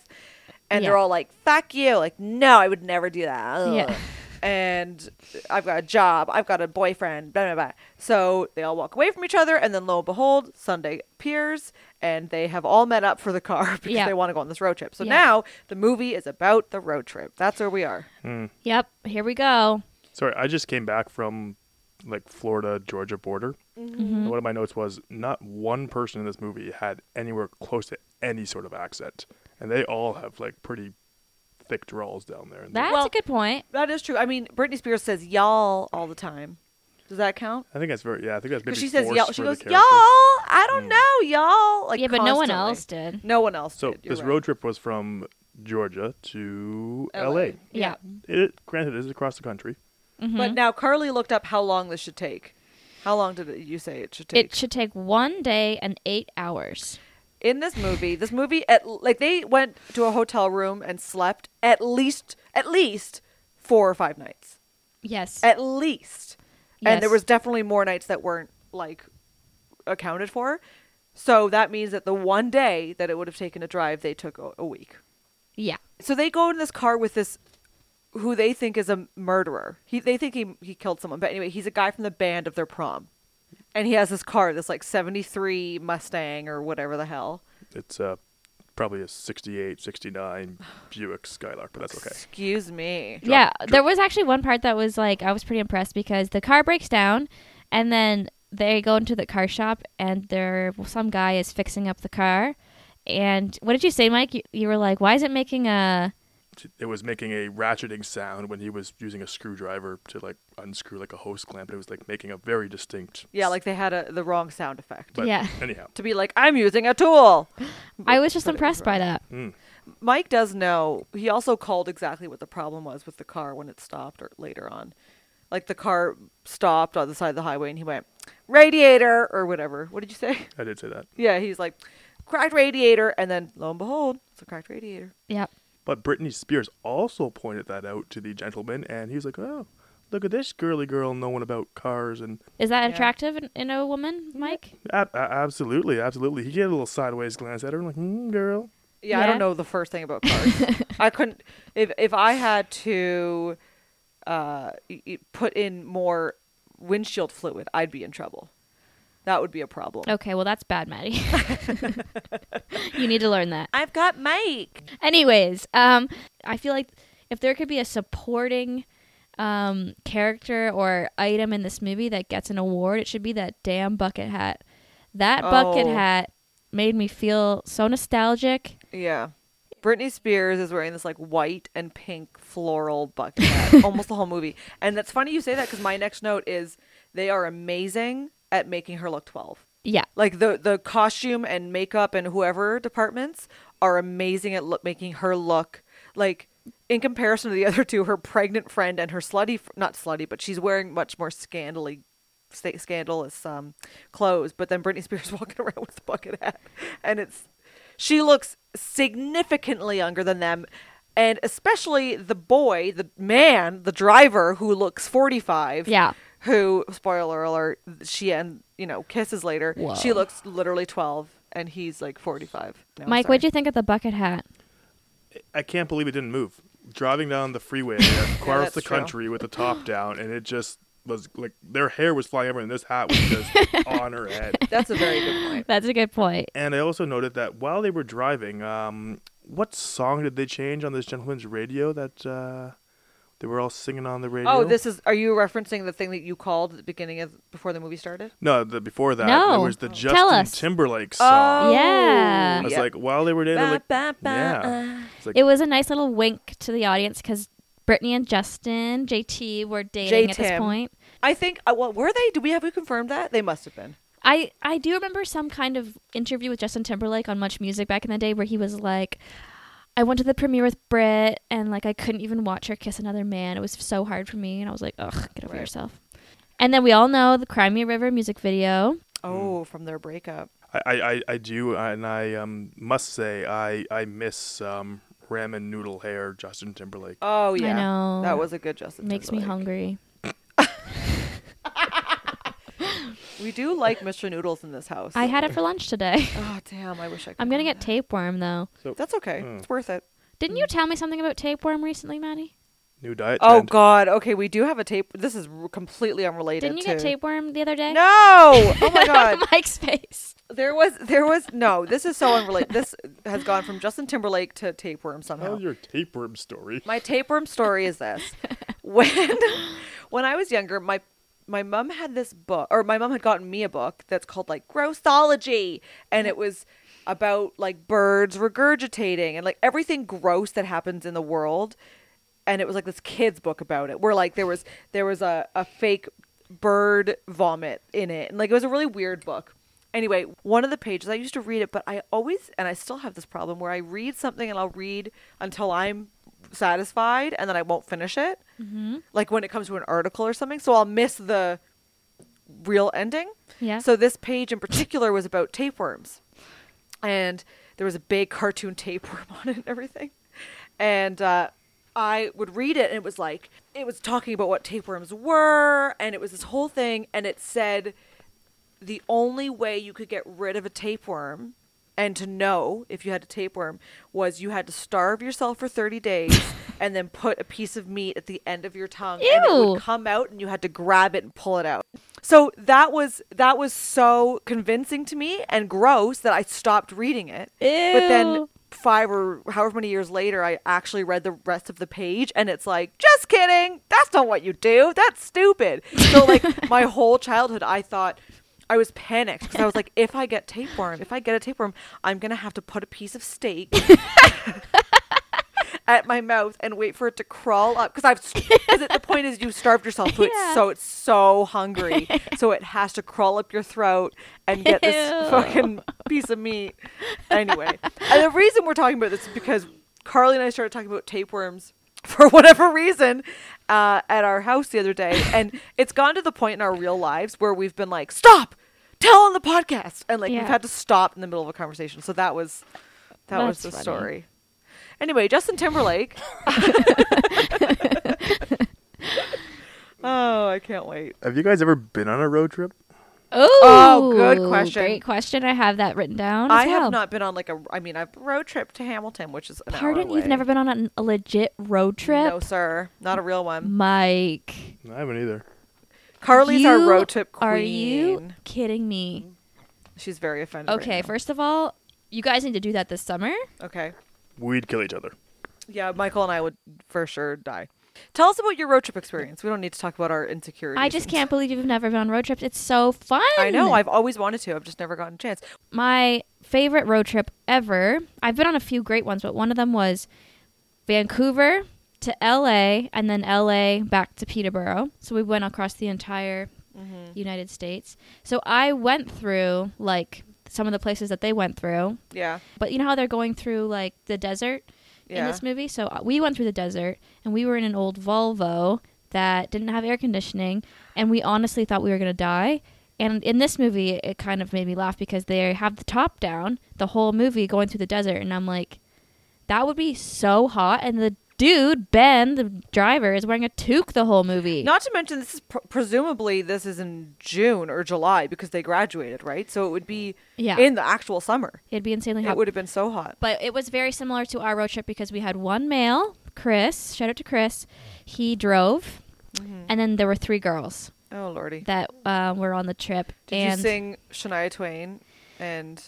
[SPEAKER 1] And they're
[SPEAKER 2] Yeah.
[SPEAKER 1] all like, "Fuck you!" Like, no, I would never do that. Ugh
[SPEAKER 2] Yeah.
[SPEAKER 1] and I've got a job, I've got a boyfriend, blah, blah, blah. So they all walk away from each other, and then lo and behold, Sunday appears, and they have all met up for the car because
[SPEAKER 2] Yeah.
[SPEAKER 1] they want to go on this road trip. So
[SPEAKER 2] Yeah.
[SPEAKER 1] now the movie is about the road trip. That's where we are.
[SPEAKER 2] Yep, here we go.
[SPEAKER 3] Sorry, I just came back from like Florida Georgia border.
[SPEAKER 1] Mm-hmm.
[SPEAKER 3] And one of my notes was not one person in this movie had anywhere close to any sort of accent, and they all have like pretty thick drawls down there. And they-
[SPEAKER 2] That's
[SPEAKER 1] Well-
[SPEAKER 2] a good point.
[SPEAKER 1] That is true. I mean, Britney Spears says y'all all the time. Does that count?
[SPEAKER 3] I think that's very yeah. I think that's maybe
[SPEAKER 1] Because she says
[SPEAKER 3] forced
[SPEAKER 1] y'all. She
[SPEAKER 3] for the
[SPEAKER 1] goes y'all.
[SPEAKER 3] character. Hmm.
[SPEAKER 1] I don't know y'all. Like
[SPEAKER 2] yeah, but no one
[SPEAKER 1] constantly.
[SPEAKER 2] else did.
[SPEAKER 1] No one else.
[SPEAKER 3] So
[SPEAKER 1] did. You're
[SPEAKER 3] this
[SPEAKER 1] right.
[SPEAKER 3] road trip was from Georgia to
[SPEAKER 1] LA.
[SPEAKER 3] L.A.
[SPEAKER 2] Yeah.
[SPEAKER 3] It granted it is across the country.
[SPEAKER 2] Mm-hmm.
[SPEAKER 1] But now Carly looked up how long this should take. How long did it, you say it should take?
[SPEAKER 2] It should take one day and eight hours.
[SPEAKER 1] in this movie this movie at like they went to a hotel room and slept at least at least four or five nights
[SPEAKER 2] Yes.
[SPEAKER 1] at least and there
[SPEAKER 2] Yes.
[SPEAKER 1] was definitely more nights that weren't like accounted for so that means that the one day that it would have taken to drive they took a, a week
[SPEAKER 2] yeah.
[SPEAKER 1] so they go in this car with this who they think is a murderer he, they think he, he killed someone but anyway he's a guy from the band of their prom and he has this car this like 73 mustang or whatever the hell
[SPEAKER 3] It's uh, probably a 68, 69 Buick Skylark, but that's okay.
[SPEAKER 1] Excuse me.
[SPEAKER 3] Drop-
[SPEAKER 2] yeah,
[SPEAKER 3] drop-
[SPEAKER 2] there was actually one part that was like I was pretty impressed because the car breaks down, and then they go into the car shop and there some guy is fixing up the car, and what did you say, Mike? You, you were like, why is it making a?
[SPEAKER 3] It was making a ratcheting sound when he was using a screwdriver to like unscrew like a hose clamp. It was like making a very distinct.
[SPEAKER 1] Yeah, like they had a, the wrong sound effect.
[SPEAKER 3] But
[SPEAKER 2] Yeah.
[SPEAKER 3] Anyhow,
[SPEAKER 1] To be like, I'm using a tool.
[SPEAKER 2] I was just
[SPEAKER 1] But it was
[SPEAKER 2] impressed by
[SPEAKER 1] right.
[SPEAKER 2] that.
[SPEAKER 1] Mike does know. He also called exactly what the problem was with the car when it stopped or later on. Like the car stopped on the side of the highway and he went, radiator or whatever. What did you say?
[SPEAKER 3] I did say that.
[SPEAKER 1] Yeah, he's like, cracked radiator. And then lo and behold, it's a cracked radiator.
[SPEAKER 2] Yeah,
[SPEAKER 3] But Britney Spears also pointed that out to the gentleman, and he was like, "Oh, look at this girly girl knowing about cars." And
[SPEAKER 2] is that
[SPEAKER 1] Yeah.
[SPEAKER 2] attractive in, in a woman, Mike?
[SPEAKER 3] ab- a- absolutely, absolutely, he gave a little sideways glance at her, and like, "Hmm, girl."
[SPEAKER 1] Yeah, I
[SPEAKER 2] Yeah.
[SPEAKER 1] don't know the first thing about cars. I couldn't. If if I had to uh, y- y- put in more windshield fluid, I'd be in trouble. That would be a problem.
[SPEAKER 2] Okay, well that's bad, Maddie. you need to learn that.
[SPEAKER 1] I've got Mike.
[SPEAKER 2] Anyways, um, I feel like if there could be a supporting um, character or item in this movie that gets an award, it should be that damn bucket hat. That bucket
[SPEAKER 1] Oh.
[SPEAKER 2] hat made me feel so nostalgic.
[SPEAKER 1] Yeah. Britney Spears is wearing this like white and pink floral bucket hat almost the whole movie. And that's funny you say that because my next note is they are amazing at making her look 12.
[SPEAKER 2] Yeah,
[SPEAKER 1] like the the costume and makeup and whoever departments are amazing at look, making her look like in comparison to the other two her pregnant friend and her slutty fr- not slutty but she's wearing much more scandally sta- scandalous um clothes but then Britney Spears walking around with a bucket hat and it's she looks significantly younger than them and especially the boy the man the driver who looks 45
[SPEAKER 2] yeah.
[SPEAKER 1] who spoiler alert she and you know kisses later
[SPEAKER 2] Whoa.
[SPEAKER 1] she looks literally 12 and he's like 45 No, I'm
[SPEAKER 2] Mike,
[SPEAKER 1] sorry.
[SPEAKER 2] what'd you think of the bucket hat?
[SPEAKER 3] I can't believe it didn't move. Driving down the freeway area across
[SPEAKER 1] that's
[SPEAKER 3] the
[SPEAKER 1] true.
[SPEAKER 3] country with the top down, and it just was like their hair was flying everywhere, and this hat was just on her head.
[SPEAKER 1] that's a very good point
[SPEAKER 2] That's a good point.
[SPEAKER 3] And I also noted that while they were driving, um, what song did they change on this gentleman's radio that uh, they were all singing on the radio?
[SPEAKER 1] oh this is are you referencing the thing that you called at the beginning of before the movie started
[SPEAKER 3] No, the, before that
[SPEAKER 2] No.
[SPEAKER 3] there was the
[SPEAKER 2] Tell
[SPEAKER 3] Justin
[SPEAKER 2] us.
[SPEAKER 3] Timberlake song.
[SPEAKER 2] Oh, Yeah.
[SPEAKER 3] I was
[SPEAKER 1] yeah.
[SPEAKER 3] like, while they were dating, like,
[SPEAKER 1] Ba, ba, uh, ba,
[SPEAKER 3] yeah. It's like,
[SPEAKER 2] It was a nice little wink to the audience because Brittany and Justin, JT, were dating at this
[SPEAKER 1] J-Tim.
[SPEAKER 2] point.
[SPEAKER 1] i think uh, well, were they do we have we confirmed that they must have been
[SPEAKER 2] I, I do remember some kind of interview with Justin Timberlake on Much Music back in the day where he was like, I went to the premiere with Brit and like I couldn't even watch her kiss another man. It was so hard for me. And I was like, ugh, get over
[SPEAKER 1] Right.
[SPEAKER 2] yourself. And then we all know the Cry Me a River music video.
[SPEAKER 3] Hmm.
[SPEAKER 1] oh from their breakup
[SPEAKER 3] I, I, I- I do, and I um, must say, I, I miss um, ramen noodle hair Justin Timberlake.
[SPEAKER 1] oh
[SPEAKER 2] I
[SPEAKER 1] yeah
[SPEAKER 2] know.
[SPEAKER 1] that was a good justin
[SPEAKER 2] It makes me
[SPEAKER 1] Timberlake.
[SPEAKER 2] hungry.
[SPEAKER 1] we do like mr noodles in this house
[SPEAKER 2] I had it for lunch today.
[SPEAKER 1] oh damn i wish i could
[SPEAKER 2] I'm going to
[SPEAKER 1] have
[SPEAKER 2] get tapeworm though.
[SPEAKER 3] so,
[SPEAKER 1] that. that's okay
[SPEAKER 3] Mm.
[SPEAKER 1] it's worth it
[SPEAKER 2] Didn't
[SPEAKER 1] Mm.
[SPEAKER 2] you tell me something about tapeworm recently, Maddie?
[SPEAKER 3] new diet.
[SPEAKER 1] Oh
[SPEAKER 3] trend.
[SPEAKER 1] God. Okay, we do have a tape. This is r- completely unrelated.
[SPEAKER 2] Didn't you get
[SPEAKER 1] to-
[SPEAKER 2] tapeworm the other day?
[SPEAKER 1] No. Oh my God.
[SPEAKER 2] Mike's face.
[SPEAKER 1] there was. There was. No. This is so unrelated. This has gone from Justin Timberlake to tapeworm somehow.
[SPEAKER 3] Tell your tapeworm story.
[SPEAKER 1] My tapeworm story is this: when when I was younger, my my mom had this book, or my mom had gotten me a book that's called like Grossology, and it was about like birds regurgitating and like everything gross that happens in the world. And it was like this kid's book about it, where like there was there was a, a fake bird vomit in it, and like it was a really weird book. Anyway, one of the pages I used to read it, but I always and I still have this problem where I read something and I'll read until I'm satisfied and then I won't finish it. Like when it comes to an article or something, so I'll miss the real ending.
[SPEAKER 2] Yeah.
[SPEAKER 1] So this page in particular was about tapeworms, and there was a big cartoon tapeworm on it and everything, and uh, I would read it and it was like it was talking about what tapeworms were, and it was this whole thing, and it said the only way you could get rid of a tapeworm and to know if you had a tapeworm was you had to starve yourself for 30 days and then put a piece of meat at the end of your tongue and it
[SPEAKER 2] Ew.
[SPEAKER 1] would come out and you had to grab it and pull it out. So that was that was so convincing to me and gross that I stopped reading it. But then
[SPEAKER 2] Ew.
[SPEAKER 1] five or however many years later I actually read the rest of the page and it's like, just kidding. That's not what you do. That's stupid. So like my whole childhood I thought I was panicked because I was like, if I get tapeworm, if I get a tapeworm, I'm gonna have to put a piece of steak at my mouth and wait for it to crawl up because I've because the point is you starved yourself to
[SPEAKER 2] Yeah.
[SPEAKER 1] it so it's so hungry so it has to crawl up your throat and get
[SPEAKER 2] Ew.
[SPEAKER 1] this fucking piece of meat anyway and the reason we're talking about this is because Carly and I started talking about tapeworms for whatever reason uh, at our house the other day and it's gone to the point in our real lives where we've been like stop tell on the podcast and like
[SPEAKER 2] Yeah.
[SPEAKER 1] we've had to stop in the middle of a conversation so that was that was
[SPEAKER 2] That's
[SPEAKER 1] the
[SPEAKER 2] funny.
[SPEAKER 1] story Anyway, Justin Timberlake. oh, I can't wait.
[SPEAKER 3] Have you guys ever been on a road trip?
[SPEAKER 1] Oh, good question.
[SPEAKER 2] Great question. I have that written down.
[SPEAKER 1] I
[SPEAKER 2] as well.
[SPEAKER 1] have not been on like a. I mean, I've road trip to Hamilton, which is an
[SPEAKER 2] Pardon,
[SPEAKER 1] Hour
[SPEAKER 2] you've never been on a, a legit road trip,
[SPEAKER 1] No, sir, not a real one.
[SPEAKER 2] Mike.
[SPEAKER 3] I haven't either.
[SPEAKER 1] Carly's our
[SPEAKER 2] you-
[SPEAKER 1] road trip queen.
[SPEAKER 2] Are you kidding me?
[SPEAKER 1] She's very offended. right
[SPEAKER 2] Okay,
[SPEAKER 1] now.
[SPEAKER 2] first of all, you guys need to do that this summer.
[SPEAKER 1] Okay.
[SPEAKER 3] We'd kill each other.
[SPEAKER 1] Yeah, Michael and I would for sure die. Tell us about your road trip experience. We don't need to talk about our insecurities.
[SPEAKER 2] I just
[SPEAKER 1] and-
[SPEAKER 2] can't believe you've never been on road trips. It's so fun.
[SPEAKER 1] I know. I've always wanted to. I've just never gotten a chance.
[SPEAKER 2] my favorite road trip ever. I've been on a few great ones, but one of them was Vancouver to LA and then LA back to Peterborough. So we went across the entire
[SPEAKER 1] Mm-hmm.
[SPEAKER 2] United States. So I went through like some of the places that they went through.
[SPEAKER 1] Yeah.
[SPEAKER 2] But you know how they're going through like the desert in
[SPEAKER 1] Yeah.
[SPEAKER 2] this movie? So uh, we went through the desert and we were in an old Volvo that didn't have air conditioning and we honestly thought we were going to die. And in this movie, it kind of made me laugh because they have the top down the whole movie going through the desert. And I'm like, that would be so hot. And the dude, Ben, the driver, is wearing a toque the whole movie.
[SPEAKER 1] Not to mention, this is pr- presumably this is in June or July because they graduated, right? So it would be
[SPEAKER 2] Yeah.
[SPEAKER 1] in the actual summer.
[SPEAKER 2] It'd be insanely hot.
[SPEAKER 1] It would have been so hot.
[SPEAKER 2] But it was very similar to our road trip because we had one male, Chris. Shout out to Chris. He drove,
[SPEAKER 1] Mm-hmm.
[SPEAKER 2] and then there were three girls
[SPEAKER 1] Oh lordy!
[SPEAKER 2] that um, were on the trip.
[SPEAKER 1] Did
[SPEAKER 2] and
[SPEAKER 1] you sing Shania Twain and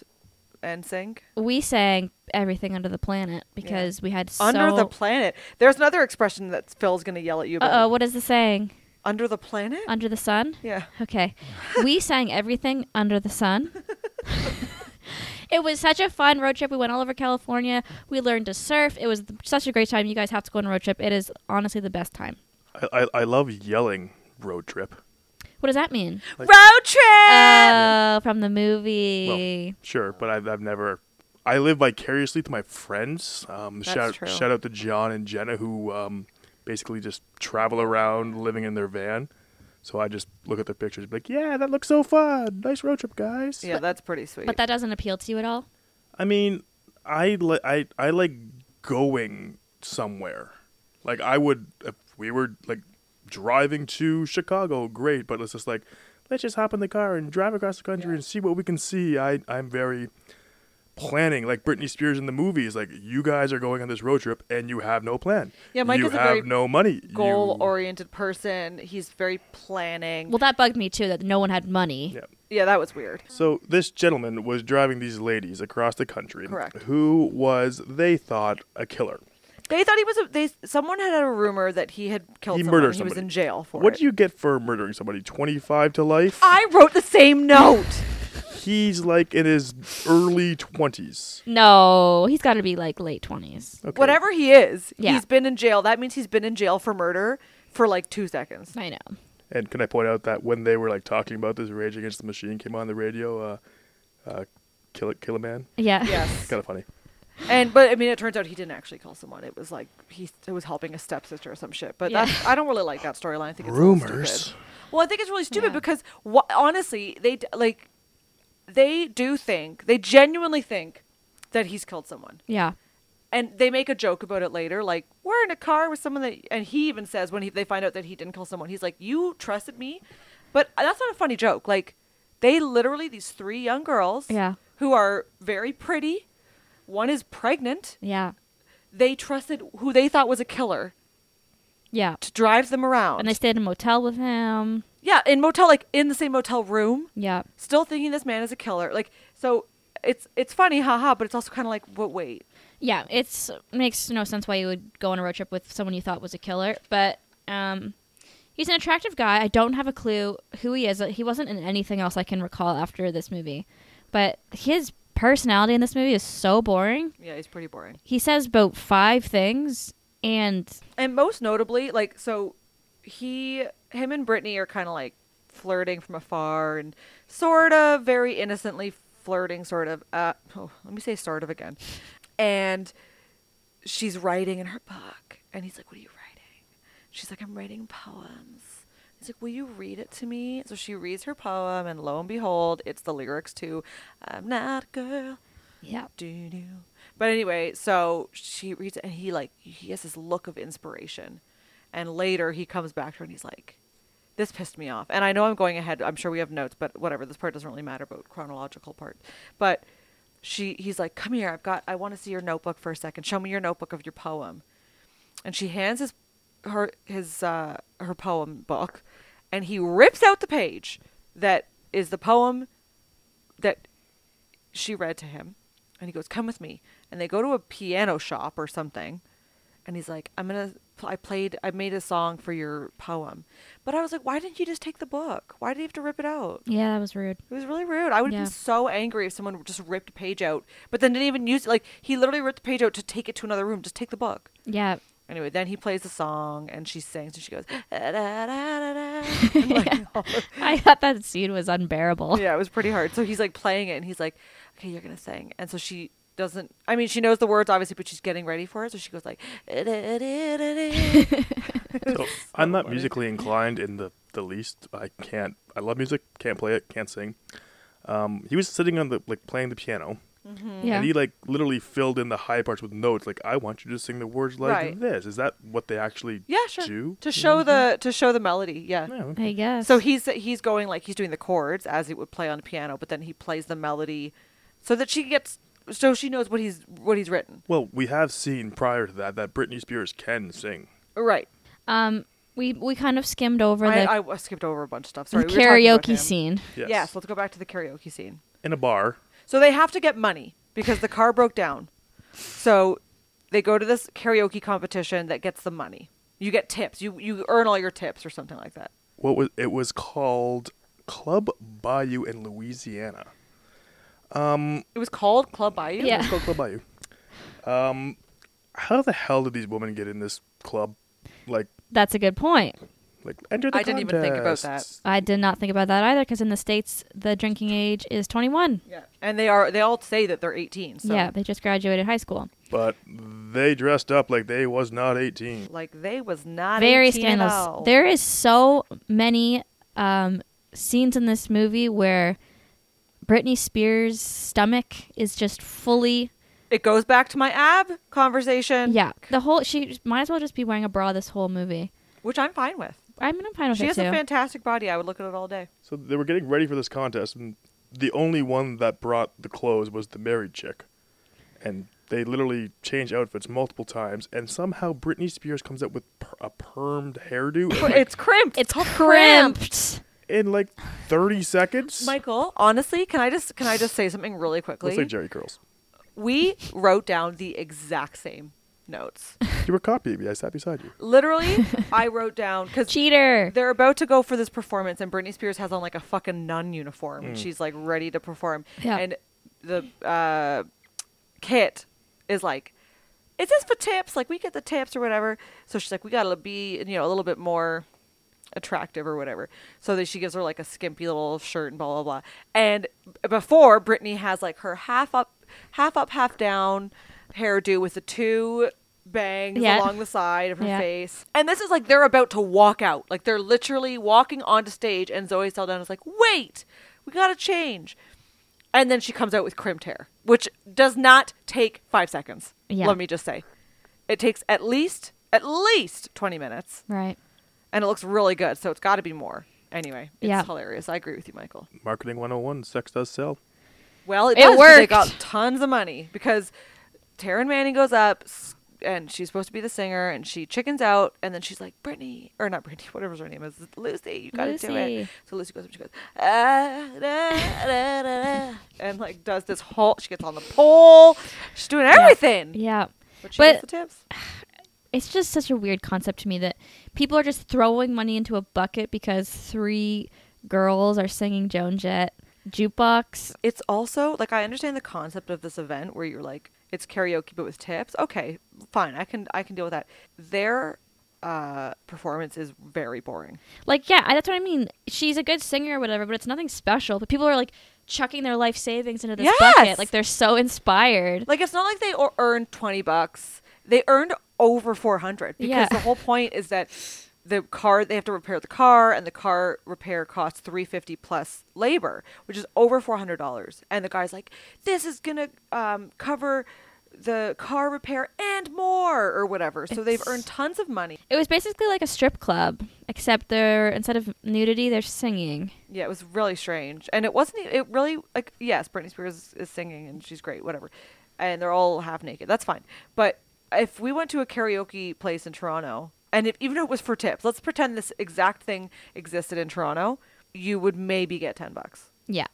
[SPEAKER 1] and NSYNC?
[SPEAKER 2] we sang everything under the planet because we had so.
[SPEAKER 1] Under the planet. There's another expression that Phil's gonna yell at you
[SPEAKER 2] uh oh,
[SPEAKER 1] about.
[SPEAKER 2] what is the saying?
[SPEAKER 1] Under the planet.
[SPEAKER 2] Under the sun.
[SPEAKER 1] yeah.
[SPEAKER 2] Okay. we sang everything under the sun. it was such a fun road trip. We went all over California. We learned to surf. It was th- such a great time. You guys have to go on a road trip. It is honestly the best time.
[SPEAKER 3] I, I, I love yelling road trip.
[SPEAKER 2] What does that mean?
[SPEAKER 1] Road trip. Um,
[SPEAKER 2] Oh, from the movie.
[SPEAKER 3] Sure, but I've, I've never. I live vicariously through my friends. Um,
[SPEAKER 1] That's
[SPEAKER 3] shout
[SPEAKER 1] true.
[SPEAKER 3] shout out to John and Jenna who um, basically just travel around living in their van. So I just look at their pictures, and be like, yeah, that looks so fun. Nice road trip, guys.
[SPEAKER 1] yeah, that's pretty sweet.
[SPEAKER 2] but that doesn't appeal to you at all.
[SPEAKER 3] I mean, I li- I I like going somewhere. Like I would if we were like driving to Chicago, great, but let's just like let's just hop in the car and drive across the country and see what we can see. I I'm very planning like Britney Spears in the movies like you guys are going on this road trip and you have no plan.
[SPEAKER 1] Yeah, Mike
[SPEAKER 3] you
[SPEAKER 1] is a
[SPEAKER 3] have
[SPEAKER 1] very
[SPEAKER 3] no money.
[SPEAKER 1] Goal
[SPEAKER 3] You-
[SPEAKER 1] oriented person. He's very planning.
[SPEAKER 2] Well, that bugged me too that no one had money.
[SPEAKER 3] Yeah.
[SPEAKER 1] yeah, that was weird.
[SPEAKER 3] So this gentleman was driving these ladies across the country
[SPEAKER 1] Correct.
[SPEAKER 3] who was they thought a killer.
[SPEAKER 1] They thought he was. A, they someone had a rumor that he had killed
[SPEAKER 3] He
[SPEAKER 1] someone.
[SPEAKER 3] murdered
[SPEAKER 1] He was
[SPEAKER 3] somebody.
[SPEAKER 1] in jail for
[SPEAKER 3] What
[SPEAKER 1] it.
[SPEAKER 3] do you get for murdering somebody? Twenty five to life.
[SPEAKER 1] I wrote the same note.
[SPEAKER 3] He's like in his early twenties.
[SPEAKER 2] No, he's got to be like late twenties.
[SPEAKER 3] Okay.
[SPEAKER 1] Whatever he is,
[SPEAKER 2] Yeah.
[SPEAKER 1] he's been in jail. That means he's been in jail for murder for like two seconds.
[SPEAKER 2] I know.
[SPEAKER 3] And can I point out that when they were like talking about this, Rage Against the Machine came on the radio. Uh, uh, kill it, kill a man.
[SPEAKER 2] Yeah.
[SPEAKER 1] Yes.
[SPEAKER 3] Kind of funny.
[SPEAKER 1] And but I mean, it turns out he didn't actually kill someone. It was like he it was helping a stepsister or some shit. But
[SPEAKER 2] Yeah.
[SPEAKER 1] that's I don't really like that storyline. I think it's a little stupid. Well, I think it's really stupid
[SPEAKER 2] Yeah.
[SPEAKER 1] because wh- honestly, they d- like they do think they genuinely think that he's killed someone,
[SPEAKER 2] yeah.
[SPEAKER 1] and they make a joke about it later. Like we're in a car with someone that, and he even says when he, they find out that he didn't kill someone, he's like, "You trusted me," but that's not a funny joke. Like they literally these three young girls,
[SPEAKER 2] Yeah.
[SPEAKER 1] who are very pretty. One is pregnant.
[SPEAKER 2] Yeah.
[SPEAKER 1] They trusted who they thought was a killer
[SPEAKER 2] Yeah.
[SPEAKER 1] to drive them around.
[SPEAKER 2] And they stayed in a motel with him.
[SPEAKER 1] yeah, in motel, like in the same motel room.
[SPEAKER 2] Yeah.
[SPEAKER 1] still thinking this man is a killer. Like so it's it's funny, haha, but it's also kind of like, what? Wait,
[SPEAKER 2] Yeah. It's makes no sense why you would go on a road trip with someone you thought was a killer, but um, he's an attractive guy. I don't have a clue who he is. He wasn't in anything else I can recall after this movie, but his personality in this movie is so boring.
[SPEAKER 1] yeah, he's pretty boring.
[SPEAKER 2] He says about five things, and
[SPEAKER 1] And most notably, like so, he, him, and Brittany are kind of like flirting from afar and sort of very innocently flirting, sort of. Uh, oh, let me say sort of again. And she's writing in her book, and he's like, "What are you writing?" She's like, "I'm writing poems." He's like, "Will you read it to me?" So she reads her poem, and lo and behold, it's the lyrics to "I'm not a girl."
[SPEAKER 2] yeah,
[SPEAKER 1] do do. But anyway, so she reads it, and he like he has this look of inspiration, and later he comes back to her and he's like, "This pissed me off." And I know I'm going ahead. I'm sure we have notes, but whatever. This part doesn't really matter about chronological part. But she he's like, "Come here. I've got. I want to see your notebook for a second. Show me your notebook of your poem." And she hands his her his uh, her poem book, and he rips out the page that is the poem that she read to him and he goes come with me and they go to a piano shop or something and he's like i'm gonna i played i made a song for your poem but i was like why didn't you just take the book why did you have to rip it out
[SPEAKER 2] yeah, that was rude.
[SPEAKER 1] it was really rude i would have
[SPEAKER 2] Yeah.
[SPEAKER 1] been so angry if someone just ripped a page out but then didn't even use it like he literally ripped the page out to take it to another room just take the book
[SPEAKER 2] Yeah,
[SPEAKER 1] Anyway, then he plays the song and she sings and she goes, "Da, da, da, da, da." I'm like,
[SPEAKER 2] I thought that scene was unbearable.
[SPEAKER 1] yeah, it was pretty hard. So he's like playing it and he's like, okay, you're going to sing. And so she doesn't, I mean, she knows the words obviously, but she's getting ready for it. So she goes like,
[SPEAKER 3] So I'm not
[SPEAKER 1] funny.
[SPEAKER 3] musically inclined in the, the least. I can't. I love music. Can't play it. Can't sing. Um, he was sitting on the like playing the piano,
[SPEAKER 2] Yeah.
[SPEAKER 3] and he like literally filled in the high parts with notes. Like I want you to sing the words like
[SPEAKER 1] Right.
[SPEAKER 3] this. Is that what they actually
[SPEAKER 1] yeah, sure.
[SPEAKER 3] do?
[SPEAKER 1] To show the, to show the melody. Yeah.
[SPEAKER 3] Yeah, okay.
[SPEAKER 2] I guess.
[SPEAKER 1] So he's, he's going like, he's doing the chords as he would play on the piano, but then he plays the melody so that she gets, so she knows what he's, what he's written.
[SPEAKER 3] Well, we have seen prior to that that Britney Spears can sing.
[SPEAKER 1] Right.
[SPEAKER 2] um, we we kind of skimmed over the,
[SPEAKER 1] I, I skipped over a bunch of stuff. Sorry.
[SPEAKER 2] the
[SPEAKER 1] we were talking about him.
[SPEAKER 2] karaoke scene.
[SPEAKER 3] Yes.
[SPEAKER 1] yes. Let's go back to the karaoke scene.
[SPEAKER 3] In a bar.
[SPEAKER 1] So they have to get money because the car broke down. So they go to this karaoke competition that gets the money. You get tips. You you earn all your tips or something like that.
[SPEAKER 3] what was it was called Club Bayou in Louisiana.
[SPEAKER 1] It was called Club Bayou.
[SPEAKER 2] Yeah.
[SPEAKER 3] It's called Club Bayou. Um, how the hell did these women get in this club? Like,
[SPEAKER 2] That's a good point.
[SPEAKER 3] like enter the
[SPEAKER 1] I didn't even think about that.
[SPEAKER 3] contests.
[SPEAKER 2] I did not think about that either because in the states the drinking age is 21.
[SPEAKER 1] Yeah. And they are they all say that they're 18. So
[SPEAKER 2] Yeah, they just graduated high school.
[SPEAKER 3] But they dressed up like they was not eighteen.
[SPEAKER 1] like they was not 18
[SPEAKER 2] Very
[SPEAKER 1] at
[SPEAKER 2] scandalous.
[SPEAKER 1] all.
[SPEAKER 2] There is so many um, scenes in this movie where Britney Spears' stomach is just fully
[SPEAKER 1] It goes back to my ab conversation.
[SPEAKER 2] yeah. The whole she might as well just be wearing a bra this whole movie.
[SPEAKER 1] Which I'm fine with.
[SPEAKER 2] I'm gonna find with
[SPEAKER 1] She
[SPEAKER 2] it
[SPEAKER 1] has
[SPEAKER 2] too.
[SPEAKER 1] a fantastic body. I would look at it all day.
[SPEAKER 3] So they were getting ready for this contest, and the only one that brought the clothes was the married chick, and they literally changed outfits multiple times. And somehow Britney Spears comes up with per- a permed hairdo in like,
[SPEAKER 1] It's crimped.
[SPEAKER 2] it's
[SPEAKER 1] all
[SPEAKER 2] crimped.
[SPEAKER 3] in like thirty seconds.
[SPEAKER 1] Michael, honestly, can I just can I just say something really quickly?
[SPEAKER 3] Let's say Jerry curls.
[SPEAKER 1] we wrote down the exact same notes.
[SPEAKER 3] You were copying me. I sat beside you.
[SPEAKER 1] Literally, I wrote down because
[SPEAKER 2] Cheater.
[SPEAKER 1] they're about to go for this performance, and Britney Spears has on like a fucking nun uniform, and she's like ready to perform.
[SPEAKER 2] Yeah.
[SPEAKER 1] And the uh, Kit is like, "Is this for tips? Like we get the tips or whatever?" So she's like, "We gotta be, you know, a little bit more attractive or whatever." So that she gives her like a skimpy little shirt and blah blah blah. And b- before Britney has like her half up, half up, half down hairdo with the two bangs
[SPEAKER 2] Yeah.
[SPEAKER 1] along the side of her
[SPEAKER 2] Yeah.
[SPEAKER 1] face. And this is like they're about to walk out. Like they're literally walking onto stage and Zoe Saldana's like, "Wait, we got to change." And then she comes out with crimped hair, which does not take 5 seconds.
[SPEAKER 2] Yeah.
[SPEAKER 1] Let me just say. It takes at least at least 20 minutes
[SPEAKER 2] Right.
[SPEAKER 1] and it looks really good, so it's got to be more. Anyway, it's
[SPEAKER 2] Yeah.
[SPEAKER 1] hilarious. I agree with you, Michael.
[SPEAKER 3] Marketing 101. Sex does sell.
[SPEAKER 1] Well, it,
[SPEAKER 2] It
[SPEAKER 1] does, 'cause They
[SPEAKER 2] worked.
[SPEAKER 1] got tons of money because Taryn Manning goes up, s- and she's supposed to be the singer, and she chickens out, and then she's like, "Brittany, or not Brittany, whatever her name is, Lucy, you gotta do it."
[SPEAKER 2] Lucy.
[SPEAKER 1] So Lucy goes up, and she goes, ah, da, da, da, da," and like does this whole. She gets on the pole. She's doing everything.
[SPEAKER 2] Yeah.
[SPEAKER 1] But she
[SPEAKER 2] But-
[SPEAKER 1] gets the tips.
[SPEAKER 2] It's just such a weird concept to me that people are just throwing money into a bucket because three girls are singing Joan Jett jukebox.
[SPEAKER 1] It's also like I understand the concept of this event where you're like it's karaoke but with tips. Okay, fine. I can I can deal with that. Their uh, performance is very boring.
[SPEAKER 2] Like, yeah, I- that's what I mean. She's a good singer or whatever, but it's nothing special. But people are like chucking their life savings into this
[SPEAKER 1] Yes!
[SPEAKER 2] bucket. Like they're so inspired.
[SPEAKER 1] Like it's not like they o- earned twenty bucks. They earned over four hundred because
[SPEAKER 2] Yeah.
[SPEAKER 1] the whole point is that the car they have to repair the car and the car repair costs three fifty plus labor, which is over four hundred dollars. And the guy's like, "This is gonna um, cover." the car repair and more or whatever so they've
[SPEAKER 2] It's-
[SPEAKER 1] earned tons of money
[SPEAKER 2] It was basically like a strip club, except they're instead of nudity, they're singing.
[SPEAKER 1] Yeah, it was really strange, and it wasn't. e- It really like yes, Britney Spears is, is singing and she's great, whatever, and they're all half naked. That's fine. But if we went to a karaoke place in Toronto, and if, even if it was for tips, let's pretend this exact thing existed in Toronto, you would maybe get ten bucks,
[SPEAKER 2] Yeah.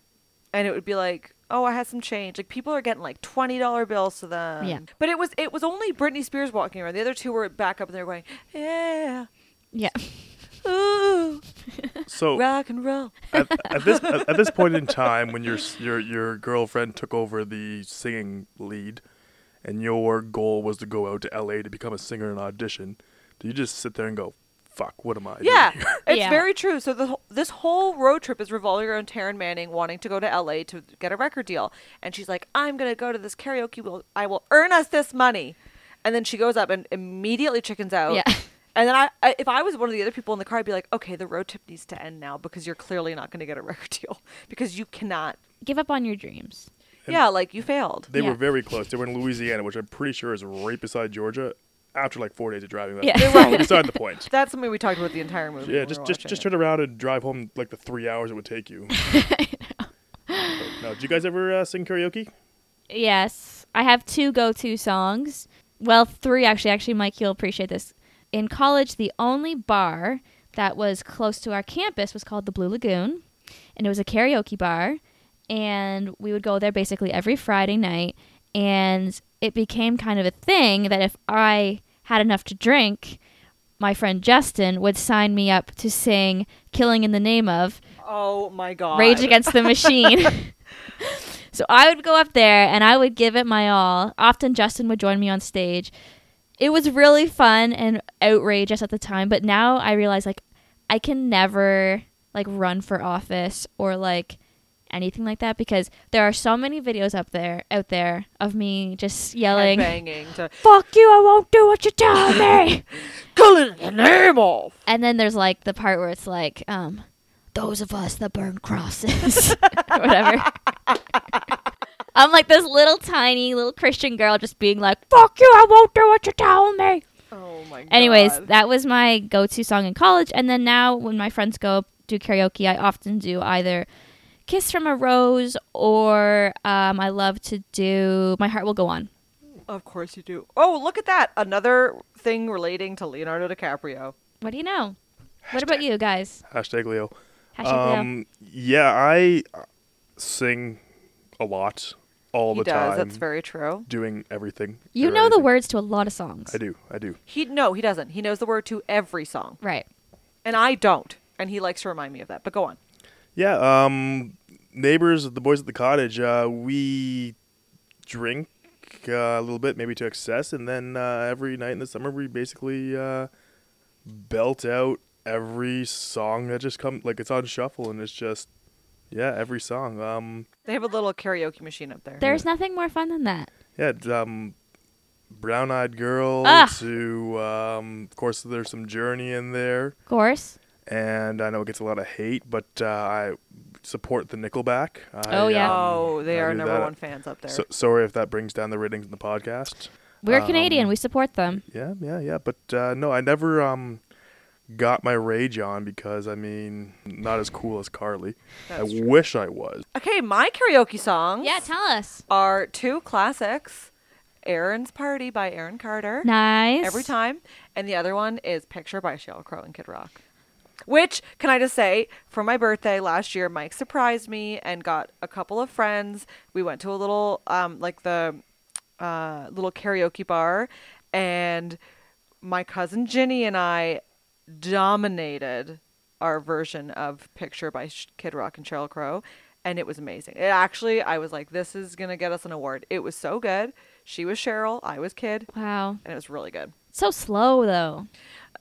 [SPEAKER 1] and it would be like, oh, I had some change. Like people are getting like twenty dollar bills to them.
[SPEAKER 2] Yeah.
[SPEAKER 1] But it was it was only Britney Spears walking around. The other two were back up and they were going, yeah,
[SPEAKER 2] Yeah.
[SPEAKER 1] ooh,
[SPEAKER 3] So
[SPEAKER 1] rock and roll.
[SPEAKER 3] at, at this at, at this point in time, when your s- your your girlfriend took over the singing lead, and your goal was to go out to L.A. to become a singer and audition, do you just sit there and go, "Fuck, what am I?" doing
[SPEAKER 1] Yeah,
[SPEAKER 3] here?"
[SPEAKER 1] it's
[SPEAKER 2] Yeah.
[SPEAKER 1] very true. So the, wh- this whole road trip is revolving around Taryn Manning wanting to go to LA to get a record deal, and she's like, "I'm gonna go to this karaoke. Will I will earn us this money?" And then she goes up and immediately chickens out.
[SPEAKER 2] Yeah.
[SPEAKER 1] And then I, I, if I was one of the other people in the car, I'd be like, "Okay, the road trip needs to end now because you're clearly not going to get a record deal because you cannot."
[SPEAKER 2] Give up on your dreams.
[SPEAKER 3] And-
[SPEAKER 1] yeah, like you failed.
[SPEAKER 3] They
[SPEAKER 2] Yeah.
[SPEAKER 3] were very close. They were in Louisiana, which I'm pretty sure is right beside Georgia. After like four days of driving,
[SPEAKER 2] Yeah.
[SPEAKER 3] that's probably beside the point.
[SPEAKER 1] That's something we talked about the entire movie.
[SPEAKER 3] Yeah,
[SPEAKER 1] when we
[SPEAKER 3] just
[SPEAKER 1] were
[SPEAKER 3] just
[SPEAKER 1] watching it.
[SPEAKER 3] just turn around and drive home like the three hours it would take you. But No, do you guys ever uh, sing karaoke?
[SPEAKER 2] Yes. I have two go to songs. Well, three actually. Actually, Mike, you'll appreciate this. In college, the only bar that was close to our campus was called the Blue Lagoon, and it was a karaoke bar. And we would go there basically every Friday night. And it became kind of a thing that if I had enough to drink, my friend Justin would sign me up to sing Killing in the Name of
[SPEAKER 1] Oh my god.
[SPEAKER 2] Rage Against the Machine. so I would go up there and I would give it my all. Often Justin would join me on stage. It was really fun and outrageous at the time, but now I realize like I can never like run for office or like anything like that because there are so many videos up there out there of me just yelling
[SPEAKER 1] banging to
[SPEAKER 2] fuck you i won't do what you tell me
[SPEAKER 1] calling the name off.
[SPEAKER 2] and then there's like the part where it's like, um, those of us that burn crosses, or whatever. I'm like this little tiny little Christian girl just being like, fuck you, I won't do what you tell me.
[SPEAKER 1] Oh my god.
[SPEAKER 2] Anyways, that was my go to song in college. And then now when my friends go do karaoke, I often do either Kiss from a Rose or um, I love to do My Heart Will Go On.
[SPEAKER 1] Of course you do. Oh, look at that. Another thing relating to Leonardo DiCaprio.
[SPEAKER 2] What do you know? What about you guys?
[SPEAKER 3] Hashtag Leo.
[SPEAKER 2] Hashtag Leo.
[SPEAKER 3] Um, yeah, I uh, sing a lot. all
[SPEAKER 1] He
[SPEAKER 3] the
[SPEAKER 1] does.
[SPEAKER 3] time,
[SPEAKER 1] That's very true.
[SPEAKER 3] doing everything.
[SPEAKER 2] You
[SPEAKER 3] or
[SPEAKER 2] know the
[SPEAKER 3] anything.
[SPEAKER 2] words to a lot of songs.
[SPEAKER 3] I do. I do.
[SPEAKER 1] He no, he doesn't. He knows the word to every song,
[SPEAKER 2] Right.
[SPEAKER 1] and I don't. And he likes to remind me of that. But go on.
[SPEAKER 3] Yeah. Um, neighbors, of the boys at the cottage. Uh, we drink uh, a little bit, maybe to excess, and then uh, every night in the summer, we basically uh, belt out every song that just comes. Like it's on shuffle, and it's just yeah, every song. Um,
[SPEAKER 1] They have a little karaoke machine up there.
[SPEAKER 2] There's nothing more fun than that.
[SPEAKER 3] yeah. it's, Um, Brown Eyed Girl
[SPEAKER 2] Ah.
[SPEAKER 3] to um, of course, there's some Journey in there.
[SPEAKER 2] Of course.
[SPEAKER 3] and I know it gets a lot of hate, but uh, I support the Nickelback. I, um,
[SPEAKER 2] Oh, yeah.
[SPEAKER 1] oh, they
[SPEAKER 3] I
[SPEAKER 1] are
[SPEAKER 3] do
[SPEAKER 1] number
[SPEAKER 3] that.
[SPEAKER 1] one fans up there.
[SPEAKER 3] So, sorry if that brings down the ratings in the podcast.
[SPEAKER 2] We're
[SPEAKER 1] Oh,
[SPEAKER 3] Um,
[SPEAKER 2] Canadian. We support them.
[SPEAKER 3] Yeah, yeah, yeah. But uh, no, I never um, got my rage on because I mean, not as cool as Carly.
[SPEAKER 1] That's
[SPEAKER 3] I
[SPEAKER 1] true.
[SPEAKER 3] wish I was.
[SPEAKER 1] okay, my karaoke songs
[SPEAKER 2] Yeah, tell us.
[SPEAKER 1] are two classics: "Aaron's Party" by Aaron Carter.
[SPEAKER 2] Nice.
[SPEAKER 1] every time. And the other one is Picture by Sheryl Crow and Kid Rock. Which, can I just say, for my birthday last year, Mike surprised me and got a couple of friends. We went to a little, um, like the uh, little karaoke bar, and my cousin Ginny and I dominated our version of Picture by Sh- Kid Rock and Sheryl Crow, and it was amazing. It actually, I was like, this is going to get us an award. It was so good. She was Cheryl, I was Kid
[SPEAKER 2] Wow.
[SPEAKER 1] and it was really good.
[SPEAKER 2] So slow though.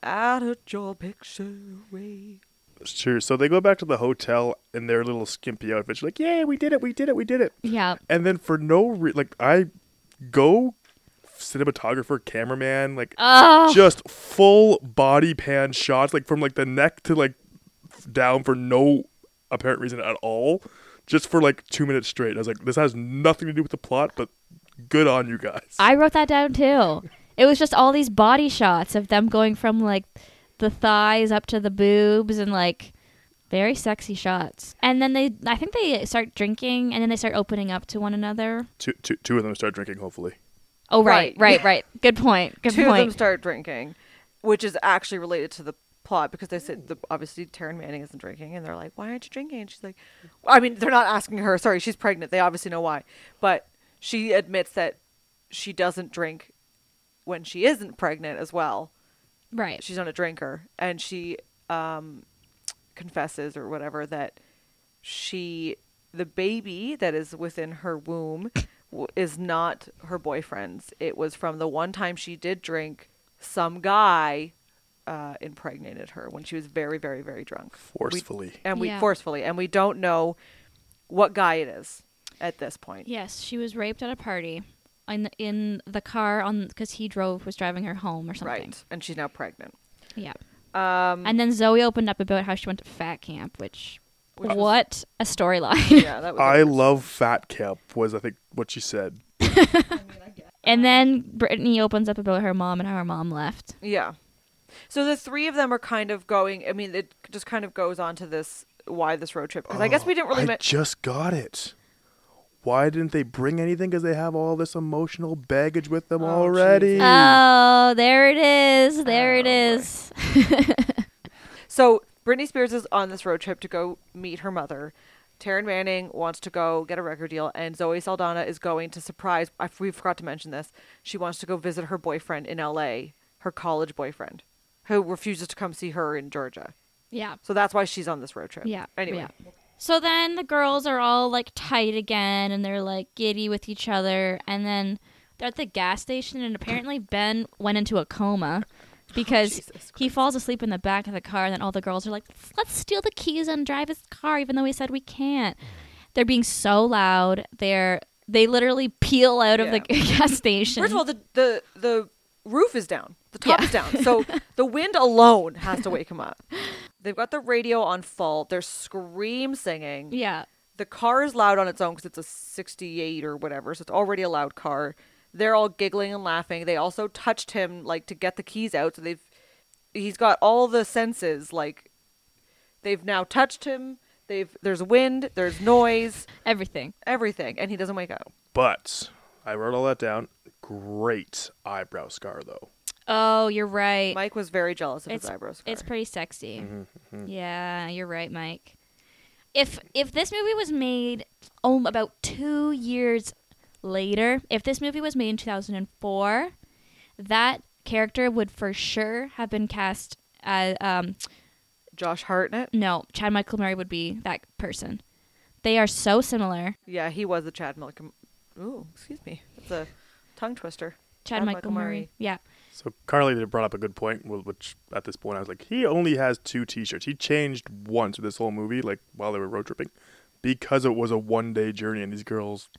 [SPEAKER 1] Out of your picture away.
[SPEAKER 3] Sure. So they go back to the hotel in their little skimpy outfits, like, "Yay, we did it! We did it! We did it!"
[SPEAKER 2] Yeah.
[SPEAKER 3] And then for no re- like, I go cinematographer, cameraman, like
[SPEAKER 2] Oh.
[SPEAKER 3] just full body pan shots, like from like the neck to like down for no apparent reason at all, just for like two minutes straight. I was like, this has nothing to do with the plot, but good on you guys.
[SPEAKER 2] I wrote that down too. It was just all these body shots of them going from like the thighs up to the boobs and like very sexy shots. And then they, I think they start drinking and then they start opening up to one another.
[SPEAKER 3] two, two, two of them start drinking. Hopefully,
[SPEAKER 2] Oh, right,
[SPEAKER 1] Right.
[SPEAKER 2] right, right. Good point. Good
[SPEAKER 1] Two of them
[SPEAKER 2] point.
[SPEAKER 1] start drinking, which is actually related to the plot because they said the, obviously Taryn Manning isn't drinking, and they're like, "Why aren't you drinking?" And she's like, "I mean, they're not asking her. Sorry, she's pregnant. They obviously know why." But she admits that she doesn't drink when she isn't pregnant as well.
[SPEAKER 2] right.
[SPEAKER 1] she's not a drinker and she um confesses or whatever that she the baby that is within her womb w- is not her boyfriend's it was from the one time she did drink some guy uh, impregnated her when she was very very very drunk
[SPEAKER 3] forcefully.
[SPEAKER 1] and we
[SPEAKER 2] Yeah.
[SPEAKER 1] forcefully and we don't know what guy it is at this point
[SPEAKER 2] Yes, she was raped at a party in the, in the car on because he drove was driving her home or something.
[SPEAKER 1] right and she's now pregnant
[SPEAKER 2] Yeah.
[SPEAKER 1] um
[SPEAKER 2] And then Zoe opened up about how she went to fat camp, which,
[SPEAKER 1] Which was-
[SPEAKER 2] what a storyline.
[SPEAKER 1] yeah that was
[SPEAKER 3] I love Fat Camp was I think what she said.
[SPEAKER 2] and then Brittany opens up about her mom and how her mom left.
[SPEAKER 1] Yeah. So the three of them are kind of going. I mean, it just kind of goes on to this why this road trip because I guess we didn't really.
[SPEAKER 3] Oh, I
[SPEAKER 1] men-
[SPEAKER 3] just got it. Why didn't they bring anything? Because they have all this emotional baggage with them
[SPEAKER 1] Oh,
[SPEAKER 3] already.
[SPEAKER 1] Jesus.
[SPEAKER 2] Oh, there it is. There it
[SPEAKER 1] Oh,
[SPEAKER 2] is.
[SPEAKER 1] so Britney Spears is on this road trip to go meet her mother. Taryn Manning wants to go get a record deal, and Zoe Saldana is going to surprise. I, we forgot to mention this. She wants to go visit her boyfriend in L.A., her college boyfriend, who refuses to come see her in Georgia.
[SPEAKER 2] Yeah.
[SPEAKER 1] So that's why she's on this road trip.
[SPEAKER 2] Yeah.
[SPEAKER 1] Anyway.
[SPEAKER 2] yeah. So then the girls are all like tight again and they're like giddy with each other. And then they're at the gas station, and apparently Ben went into a coma because
[SPEAKER 1] Oh, Jesus
[SPEAKER 2] he falls asleep in the back of the car. And then all the girls are like, let's steal the keys and drive his car, even though we said we can't.
[SPEAKER 1] Mm.
[SPEAKER 2] They're being so loud. They're. They literally peel out of the gas station.
[SPEAKER 1] First of all, the the the roof is down. The top
[SPEAKER 2] Yeah.
[SPEAKER 1] is down. So the wind alone has to wake him up. They've got the radio on full. They're scream singing.
[SPEAKER 2] yeah.
[SPEAKER 1] The car is loud on its own because it's a 68 or whatever. So it's already a loud car. They're all giggling and laughing. They also touched him like to get the keys out. So they've he's got all the senses like they've now touched him. They've there's wind, there's noise,
[SPEAKER 2] Everything.
[SPEAKER 1] everything, and he doesn't wake up.
[SPEAKER 3] But I wrote all that down. Great eyebrow scar though.
[SPEAKER 2] Oh, you're right.
[SPEAKER 1] Mike was very jealous of his eyebrows.
[SPEAKER 2] It's pretty sexy. Yeah, you're right, Mike. If if this movie was made um, about two years later. If this movie was made in 2004, that character would for sure have been cast as um
[SPEAKER 1] Josh Hartnett.
[SPEAKER 2] no, Chad Michael Murray would be that person. They are so similar.
[SPEAKER 1] Yeah, he was the Chad Malcolm. Ooh, excuse me. It's a tongue twister.
[SPEAKER 2] Chad, Michael, Murray. Yeah.
[SPEAKER 3] So Carly did brought up a good point, wh- which at this point I was like, he only has two T-shirts. He changed once with this whole movie, like while they were road tripping, because it was a one-day journey, and these girls.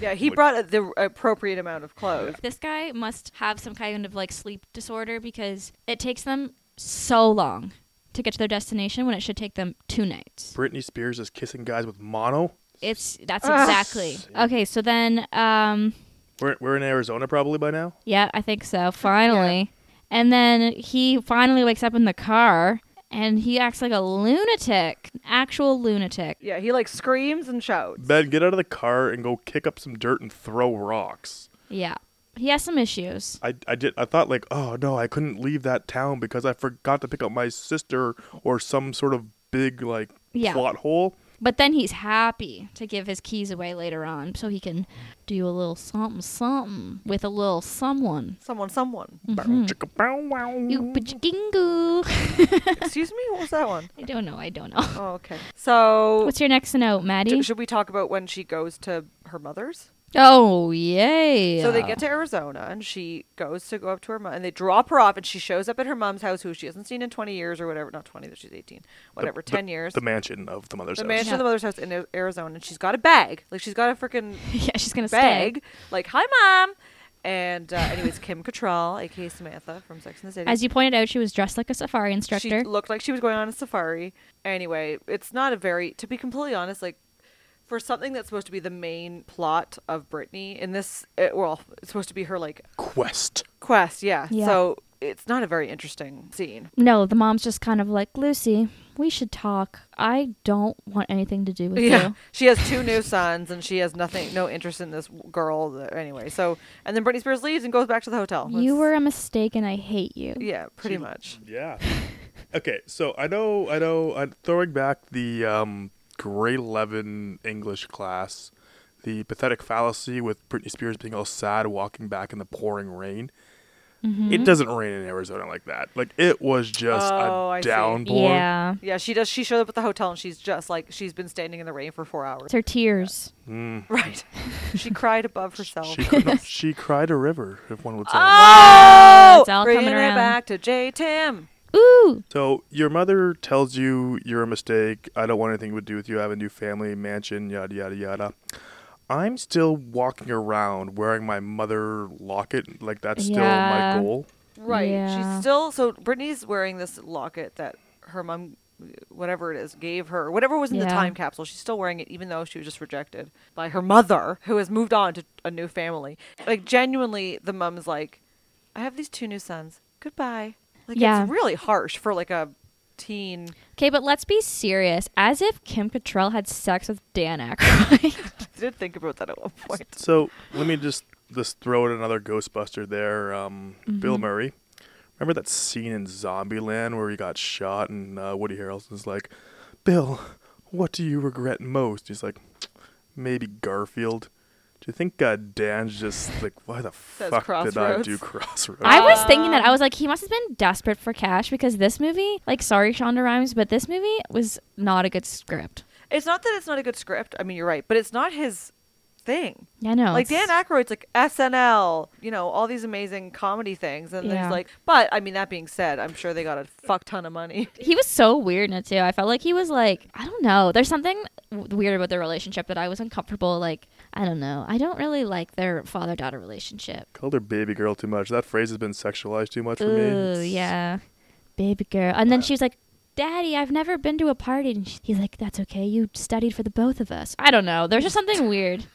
[SPEAKER 1] Yeah, he
[SPEAKER 3] like-
[SPEAKER 1] brought the appropriate amount of clothes.
[SPEAKER 2] This guy must have some kind of like sleep disorder because it takes them so long to get to their destination when it should take them two nights.
[SPEAKER 3] Britney Spears is kissing guys with mono.
[SPEAKER 2] It's that's
[SPEAKER 1] Ah.
[SPEAKER 2] exactly. Okay, so then um
[SPEAKER 3] We're we're in Arizona probably by now.
[SPEAKER 2] yeah, I think so. Finally. And then he finally wakes up in the car and he acts like a lunatic, an actual lunatic.
[SPEAKER 1] Yeah, he like screams and shouts.
[SPEAKER 3] Ben, get out of the car and go kick up some dirt and throw rocks.
[SPEAKER 2] Yeah. He has some issues.
[SPEAKER 3] I, I did I thought like oh no I couldn't leave that town because I forgot to pick up my sister or some sort of big like
[SPEAKER 2] Yeah.
[SPEAKER 3] plot hole.
[SPEAKER 2] But then he's happy to give his keys away later on so he can do a little something something with a little someone.
[SPEAKER 1] Someone, someone.
[SPEAKER 3] Bow, chicka, bow, wow.
[SPEAKER 2] You
[SPEAKER 1] Mm-hmm.
[SPEAKER 2] jingo.
[SPEAKER 1] Excuse me, what was that one?
[SPEAKER 2] I don't know. I don't know.
[SPEAKER 1] Oh, okay. So,
[SPEAKER 2] What's your next note,
[SPEAKER 1] d-
[SPEAKER 2] Maddie?
[SPEAKER 1] should we talk about when she goes to her mother's?
[SPEAKER 2] oh, yay.
[SPEAKER 1] So they get to Arizona, and she goes to go up to her mom, and they drop her off, and she shows up at her mom's house, who she hasn't seen in 20 years or whatever. Not 20, that she's 18, whatever, 10 years.
[SPEAKER 3] the mansion of the mother's
[SPEAKER 1] the
[SPEAKER 3] house.
[SPEAKER 1] mansion
[SPEAKER 2] Yeah.
[SPEAKER 1] of the mother's house in A- Arizona, and she's got a bag. Like she's got a freaking
[SPEAKER 2] yeah, she's going to stay.
[SPEAKER 1] bag. Like, hi, mom. And uh, anyways, Kim Cattrall, aka Samantha from Sex and the City.
[SPEAKER 2] As you pointed out, she was dressed like a safari instructor.
[SPEAKER 1] She looked like she was going on a safari. Anyway, it's not a very, to be completely honest, like for something that's supposed to be the main plot of Britney in this, it, well, it's supposed to be her like
[SPEAKER 3] Quest.
[SPEAKER 1] quest, yeah.
[SPEAKER 2] Yeah.
[SPEAKER 1] So it's not a very interesting scene.
[SPEAKER 2] no, the mom's just kind of like, Lucy, we should talk. I don't want anything to do with
[SPEAKER 1] Yeah,
[SPEAKER 2] you.
[SPEAKER 1] she has two new sons, and she has nothing, no interest in this w- girl that, anyway. So, and then Britney Spears leaves and goes back to the hotel.
[SPEAKER 2] You
[SPEAKER 1] That's-
[SPEAKER 2] were a mistake and I hate you.
[SPEAKER 1] yeah, pretty
[SPEAKER 3] She-
[SPEAKER 1] much.
[SPEAKER 3] Yeah. okay, so I know, I know, I'm throwing back the um, grade 11 English class, the pathetic fallacy with Britney Spears being all sad walking back in the pouring rain. It doesn't rain in Arizona like that. Like, it was just
[SPEAKER 1] Oh, I
[SPEAKER 3] a
[SPEAKER 1] see.
[SPEAKER 3] downpour.
[SPEAKER 2] Yeah.
[SPEAKER 1] Yeah, she does. She showed up at the hotel, and she's just like she's been standing in the rain for four hours.
[SPEAKER 2] It's her tears.
[SPEAKER 3] Mm.
[SPEAKER 1] Right. she cried above herself.
[SPEAKER 3] She, could not, she cried a river, if one would say.
[SPEAKER 2] Ah! Wow, Oh! it's all
[SPEAKER 1] Oh! Bringing
[SPEAKER 2] coming
[SPEAKER 1] it
[SPEAKER 2] around.
[SPEAKER 1] back to J Tim.
[SPEAKER 2] Ooh.
[SPEAKER 3] So your mother tells you you're a mistake. I don't want anything to do with you. I have a new family, mansion, yada yada yada. I'm still walking around wearing my mother locket. Like that's still
[SPEAKER 2] Yeah.
[SPEAKER 3] my goal.
[SPEAKER 1] Right.
[SPEAKER 2] Yeah.
[SPEAKER 1] She's still so Brittany's wearing this locket that her mom whatever it is gave her whatever was in the
[SPEAKER 2] Yeah.
[SPEAKER 1] time capsule she's still wearing it even though she was just rejected by her mother who has moved on to a new family like genuinely the mom's like i have these two new sons goodbye like
[SPEAKER 2] Yeah.
[SPEAKER 1] it's really harsh for like a teen
[SPEAKER 2] Okay, but let's be serious. As if Kim Cattrall had sex with Dan Aykroyd.
[SPEAKER 1] i did think about that at one point
[SPEAKER 3] So let me just just throw in another Ghostbuster there. Um, Bill Murray. Remember that scene in Zombieland where he got shot and uh, Woody Harrelson's like, "Bill, what do you regret most?" He's like, "Maybe Garfield." Do you think uh, Dan's just like, why the fuck did I
[SPEAKER 1] Crossroads.
[SPEAKER 3] do Crossroads?
[SPEAKER 2] I was thinking that I was like, he must have been desperate for cash because this movie, like, sorry, Shonda Rhimes, but this movie was not a good script.
[SPEAKER 1] it's not that it's not a good script i mean you're right but it's not his thing
[SPEAKER 2] I know.
[SPEAKER 1] like
[SPEAKER 2] it's-
[SPEAKER 1] Dan Aykroyd's like SNL, you know, all these amazing comedy things, and
[SPEAKER 2] Yeah.
[SPEAKER 1] there's like, but I mean, that being said, I'm sure they got a fuck ton of money.
[SPEAKER 2] He was so weird in it too. I felt like he was like, I don't know. There's something w- weird about their relationship that I was uncomfortable. Like, I don't know. I don't really like their father daughter relationship.
[SPEAKER 3] called her baby girl too much. That phrase has been sexualized too much for me.
[SPEAKER 2] Ooh,
[SPEAKER 3] It's-
[SPEAKER 2] yeah, baby girl.
[SPEAKER 1] Uh,
[SPEAKER 2] And then she was like, Daddy, I've never been to a party. And she- he's like, That's okay. You studied for the both of us. I don't know. There's just something weird.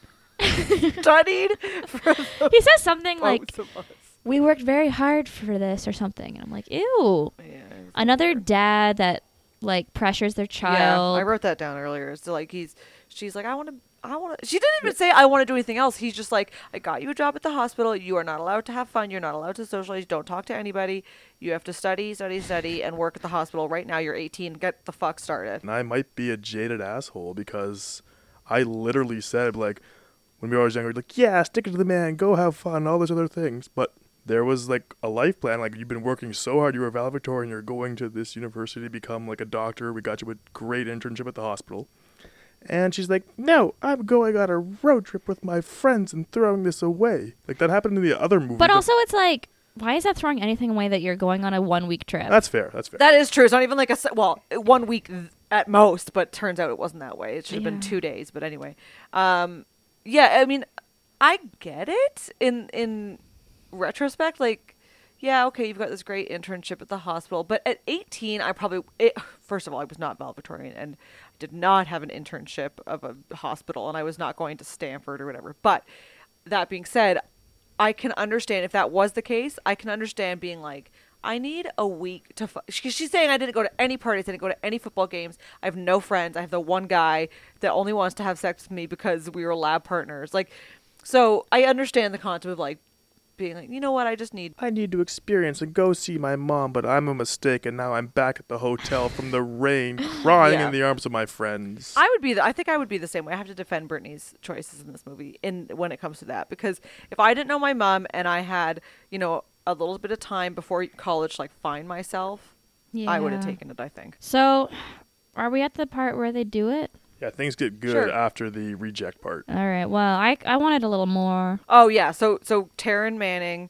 [SPEAKER 1] Studied for the
[SPEAKER 2] He says something like,
[SPEAKER 1] both of us.
[SPEAKER 2] We worked very hard for this or something. And I'm like, Ew.
[SPEAKER 1] Yeah, it's
[SPEAKER 2] Another
[SPEAKER 1] weird.
[SPEAKER 2] dad that like pressures their child.
[SPEAKER 1] Yeah, I wrote that down earlier. It's like he's, she's like, I want to. I want to. She didn't even say I want to do anything else. He's just like, I got you a job at the hospital. You are not allowed to have fun. You're not allowed to socialize. Don't talk to anybody. You have to study, study, study, and work at the hospital. Right now, you're 18. Get the fuck started.
[SPEAKER 3] And I might be a jaded asshole because I literally said like, when we were always younger, like, yeah, stick it to the man, go have fun, all those other things. But there was like a life plan. Like you've been working so hard, you were a valedictorian, you're going to this university to become like a doctor. We got you a great internship at the hospital. And she's like, no, I'm going on a road trip with my friends and throwing this away. Like that happened in the other movie.
[SPEAKER 2] But also, it's like, why is that throwing anything away that you're going on a one week trip?
[SPEAKER 3] that's fair. That's fair.
[SPEAKER 1] That is true. It's not even like a se- well, one week th- at most, but turns out it wasn't that way. It should have been
[SPEAKER 2] Yeah.
[SPEAKER 1] two days, but anyway. Um, yeah, I mean, I get it in in retrospect. Like, yeah, okay, you've got this great internship at the hospital, but at 18, I probably it, first of all, I was not valedictorian and I did not have an internship of a hospital, and I was not going to Stanford or whatever. But that being said, I can understand if that was the case. I can understand being like, I need a week to. F-. she- She's saying I didn't go to any parties, I didn't go to any football games. I have no friends. I have the one guy that only wants to have sex with me because we were lab partners. Like, so I understand the concept of like being like, you know what? I just need.
[SPEAKER 3] I need to experience and go see my mom, but I'm a mistake, and now I'm back at the hotel from the rain, crying
[SPEAKER 1] Yeah.
[SPEAKER 3] in the arms of my friends.
[SPEAKER 1] I would be. The, I think I would be the same way. I have to defend Brittany's choices in this movie in when it comes to that because if I didn't know my mom and I had you know a little bit of time before college to, like find myself, I would have
[SPEAKER 2] Yeah.
[SPEAKER 1] taken it. I think.
[SPEAKER 2] So, are we at the part where they do it?
[SPEAKER 3] yeah, things get good
[SPEAKER 1] Sure.
[SPEAKER 3] after the reject part.
[SPEAKER 2] All right. Well, I I wanted a little more.
[SPEAKER 1] Oh yeah, so so Taryn Manning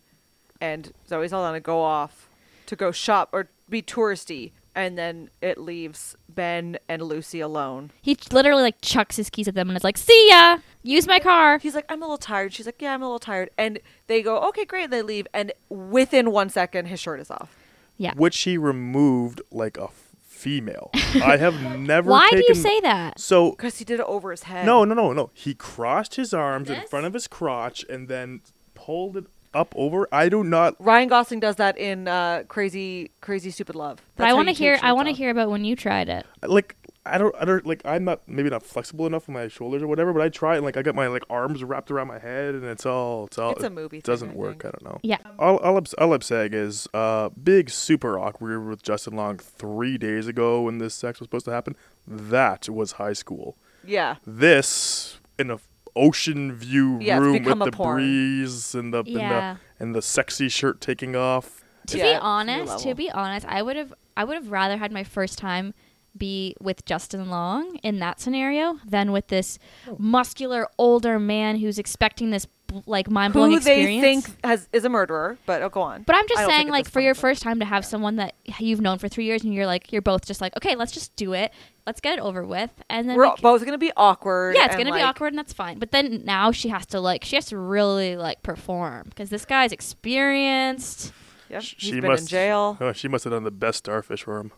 [SPEAKER 1] and Zoe Saldana go off to go shop or be touristy, and then it leaves Ben and Lucy alone.
[SPEAKER 2] He ch- literally like chucks his keys at them and is like, "See ya. Use my car."
[SPEAKER 1] He's like, I'm a little tired. She's like, Yeah, I'm a little tired. And they go, Okay, great. And they leave, and within one second, his shirt is off.
[SPEAKER 2] Yeah.
[SPEAKER 3] Which he removed like a f- female. I have never.
[SPEAKER 2] Why do you
[SPEAKER 3] taken-
[SPEAKER 2] say that?
[SPEAKER 3] So
[SPEAKER 1] Because he did it over his head.
[SPEAKER 3] no, no, no, no. He crossed his arms in
[SPEAKER 2] This?
[SPEAKER 3] front of his crotch and then pulled it up over. I do not.
[SPEAKER 1] Ryan Gosling does that in uh, Crazy, Crazy Stupid Love.
[SPEAKER 2] But
[SPEAKER 1] That's
[SPEAKER 2] I
[SPEAKER 1] how
[SPEAKER 2] want to
[SPEAKER 1] you take
[SPEAKER 2] hear. I
[SPEAKER 1] shirts
[SPEAKER 2] want to
[SPEAKER 1] off.
[SPEAKER 2] hear about when you tried it.
[SPEAKER 3] like I don't, I don't like I'm not maybe not flexible enough with my shoulders or whatever, but I try and like I got my like arms wrapped around my head and it's all it's all
[SPEAKER 1] It's a movie
[SPEAKER 3] it
[SPEAKER 1] thing,
[SPEAKER 3] doesn't
[SPEAKER 1] I
[SPEAKER 3] work.
[SPEAKER 1] think.
[SPEAKER 3] I don't know.
[SPEAKER 2] Yeah.
[SPEAKER 3] All all I'm, all I'm saying is uh big super awkward with Justin Long three days ago when this sex was supposed to happen. That was high school.
[SPEAKER 1] Yeah.
[SPEAKER 3] This in a f- ocean view
[SPEAKER 1] Yeah, it's
[SPEAKER 3] room with
[SPEAKER 1] become a
[SPEAKER 3] the
[SPEAKER 1] porn.
[SPEAKER 3] breeze and the,
[SPEAKER 2] Yeah.
[SPEAKER 3] and the and the sexy shirt taking off.
[SPEAKER 2] To
[SPEAKER 1] Yeah,
[SPEAKER 2] be
[SPEAKER 1] it's new
[SPEAKER 2] honest, to
[SPEAKER 1] level.
[SPEAKER 2] be honest, I would have I would have rather had my first time be with Justin Long in that scenario than with this
[SPEAKER 1] Oh.
[SPEAKER 2] muscular older man who's expecting this bl- like mind blowing
[SPEAKER 1] Who
[SPEAKER 2] experience.
[SPEAKER 1] they think has is a murderer, but oh, go on.
[SPEAKER 2] but I'm
[SPEAKER 1] I
[SPEAKER 2] just
[SPEAKER 1] don't think
[SPEAKER 2] saying,
[SPEAKER 1] it's
[SPEAKER 2] like,
[SPEAKER 1] this
[SPEAKER 2] for
[SPEAKER 1] funny,
[SPEAKER 2] your
[SPEAKER 1] but-
[SPEAKER 2] first time to have someone that you've known for three years, and you're like, you're both just like, okay, let's just do it, let's get it over with, and then
[SPEAKER 1] we're
[SPEAKER 2] we
[SPEAKER 1] all-
[SPEAKER 2] c-
[SPEAKER 1] both gonna be awkward.
[SPEAKER 2] yeah, it's
[SPEAKER 1] and,
[SPEAKER 2] gonna be
[SPEAKER 1] like,
[SPEAKER 2] awkward, and that's fine. But then now she has to like, she has to really like perform because this guy's experienced.
[SPEAKER 1] Yep,
[SPEAKER 3] Sh-
[SPEAKER 1] he's been in jail.
[SPEAKER 3] Oh, she must have done the best starfish worm.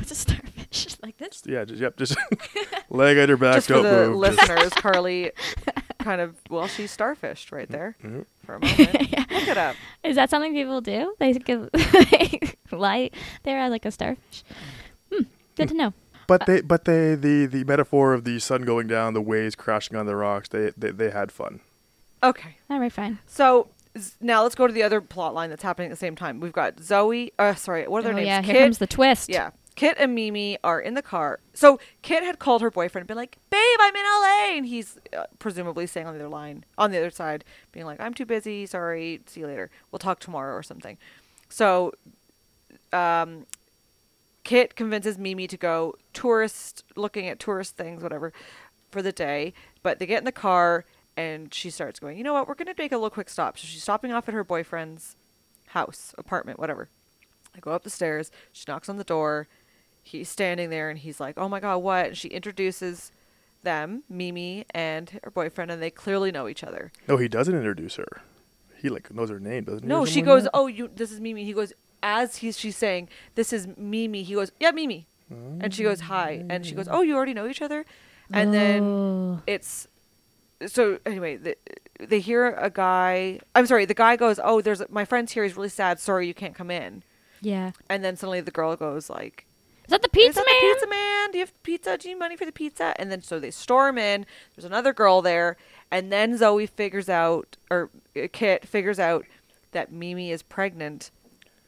[SPEAKER 2] It's a starfish like this.
[SPEAKER 3] Yeah, just, yep, just leg at her back,
[SPEAKER 1] Just for
[SPEAKER 3] don't
[SPEAKER 1] the
[SPEAKER 3] move. just-
[SPEAKER 1] listeners, Carly kind of well, she starfished right there
[SPEAKER 3] Mm-hmm.
[SPEAKER 1] for a moment. Look it up.
[SPEAKER 2] Is that something people do? They give they lie there as like a starfish. Hmm, good to know.
[SPEAKER 1] Uh,
[SPEAKER 3] But they, but they, the the metaphor of the sun going down, the waves crashing on the rocks, they they, they had fun.
[SPEAKER 1] Okay,
[SPEAKER 2] All right, fine.
[SPEAKER 1] so z- now let's go to the other plot line that's happening at the same time. We've got Zoe. Uh, sorry, what are their
[SPEAKER 2] oh
[SPEAKER 1] names?
[SPEAKER 2] yeah, here
[SPEAKER 1] Kit-
[SPEAKER 2] comes the twist.
[SPEAKER 1] Yeah. Kit and Mimi are in the car. So Kit had called her boyfriend and been like, "Babe, I'm in LA." And he's uh, presumably saying on the other line, on the other side, being like, "I'm too busy. Sorry. See you later. We'll talk tomorrow or something." So um Kit convinces Mimi to go tourist looking at tourist things whatever for the day, but they get in the car and she starts going, "You know what? We're going to make a little quick stop." So she's stopping off at her boyfriend's house, apartment, whatever. I go up the stairs. She knocks on the door. He's standing there and he's like, oh my God, what? And she introduces them, Mimi and her boyfriend, and they clearly know each other.
[SPEAKER 3] No, he doesn't introduce her. He like knows her name, doesn't he?
[SPEAKER 1] No,
[SPEAKER 3] or
[SPEAKER 1] she
[SPEAKER 3] something
[SPEAKER 1] goes,
[SPEAKER 3] like that?
[SPEAKER 1] oh, you. this is Mimi. He goes, as he's, she's saying, this is Mimi. He goes, yeah, Mimi. And she goes, hi. And she goes, oh, you already know each other? And then
[SPEAKER 2] Oh.
[SPEAKER 1] it's so anyway the, they hear a guy i'm sorry the guy goes oh there's my friend's here he's really sad sorry you can't come in
[SPEAKER 2] yeah.
[SPEAKER 1] and then suddenly the girl goes like
[SPEAKER 2] Is that the pizza
[SPEAKER 1] is that
[SPEAKER 2] man?
[SPEAKER 1] The pizza man. Do you have pizza? Do you need money for the pizza? And then so they storm in. There's another girl there, and then Zoe figures out, or uh, Kit figures out that Mimi is pregnant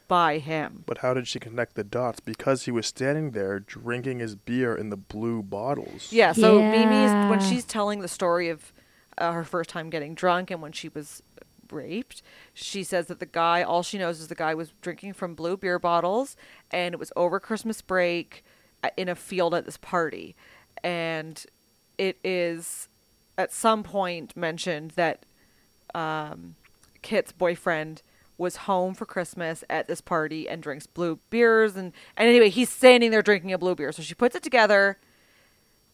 [SPEAKER 1] by him.
[SPEAKER 3] But how did she connect the dots? Because he was standing there drinking his beer in the blue bottles.
[SPEAKER 1] Yeah. So Mimi is when
[SPEAKER 2] Yeah.
[SPEAKER 1] she's telling the story of uh, her first time getting drunk and when she was raped. She says that the guy, all she knows is the guy was drinking from blue beer bottles and it was over Christmas break uh, in a field at this party. And it is at some point mentioned that um, Kit's boyfriend was home for Christmas at this party and drinks blue beers. And, and anyway, he's standing there drinking a blue beer. So she puts it together.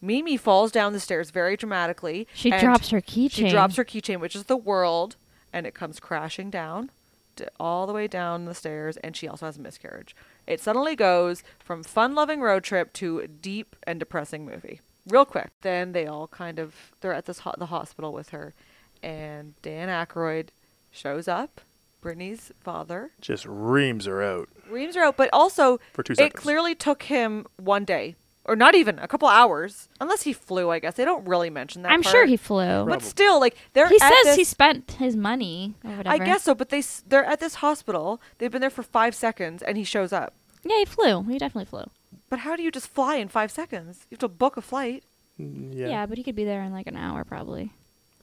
[SPEAKER 1] Mimi falls down the stairs very dramatically.
[SPEAKER 2] She
[SPEAKER 1] and
[SPEAKER 2] drops her keychain.
[SPEAKER 1] She drops her keychain, which is the world, and it comes crashing down d all the way down the stairs. And she also has a miscarriage. It suddenly goes from fun-loving road trip to a deep and depressing movie, real quick. Then they all kind of they're at this ho- the hospital with her, and Dan Aykroyd shows up, Brittany's father,
[SPEAKER 3] Just reams her out.
[SPEAKER 1] Reams are out, but also
[SPEAKER 3] For two
[SPEAKER 1] it
[SPEAKER 3] seconds.
[SPEAKER 1] clearly took him one day, or not even a couple hours, unless he flew. I guess they don't really mention that.
[SPEAKER 2] I'm
[SPEAKER 1] part.
[SPEAKER 2] sure he flew.
[SPEAKER 1] But still, like they're
[SPEAKER 2] He
[SPEAKER 1] at
[SPEAKER 2] says
[SPEAKER 1] this,
[SPEAKER 2] he spent his money or whatever.
[SPEAKER 1] I guess so, but they s- they're at this hospital. They've been there for five seconds, and he shows up.
[SPEAKER 2] Yeah, he flew. He definitely flew.
[SPEAKER 1] But how do you just fly in five seconds? You have to book a flight.
[SPEAKER 2] Yeah.
[SPEAKER 3] Mm, Yeah.
[SPEAKER 2] but he could be there in like an hour probably.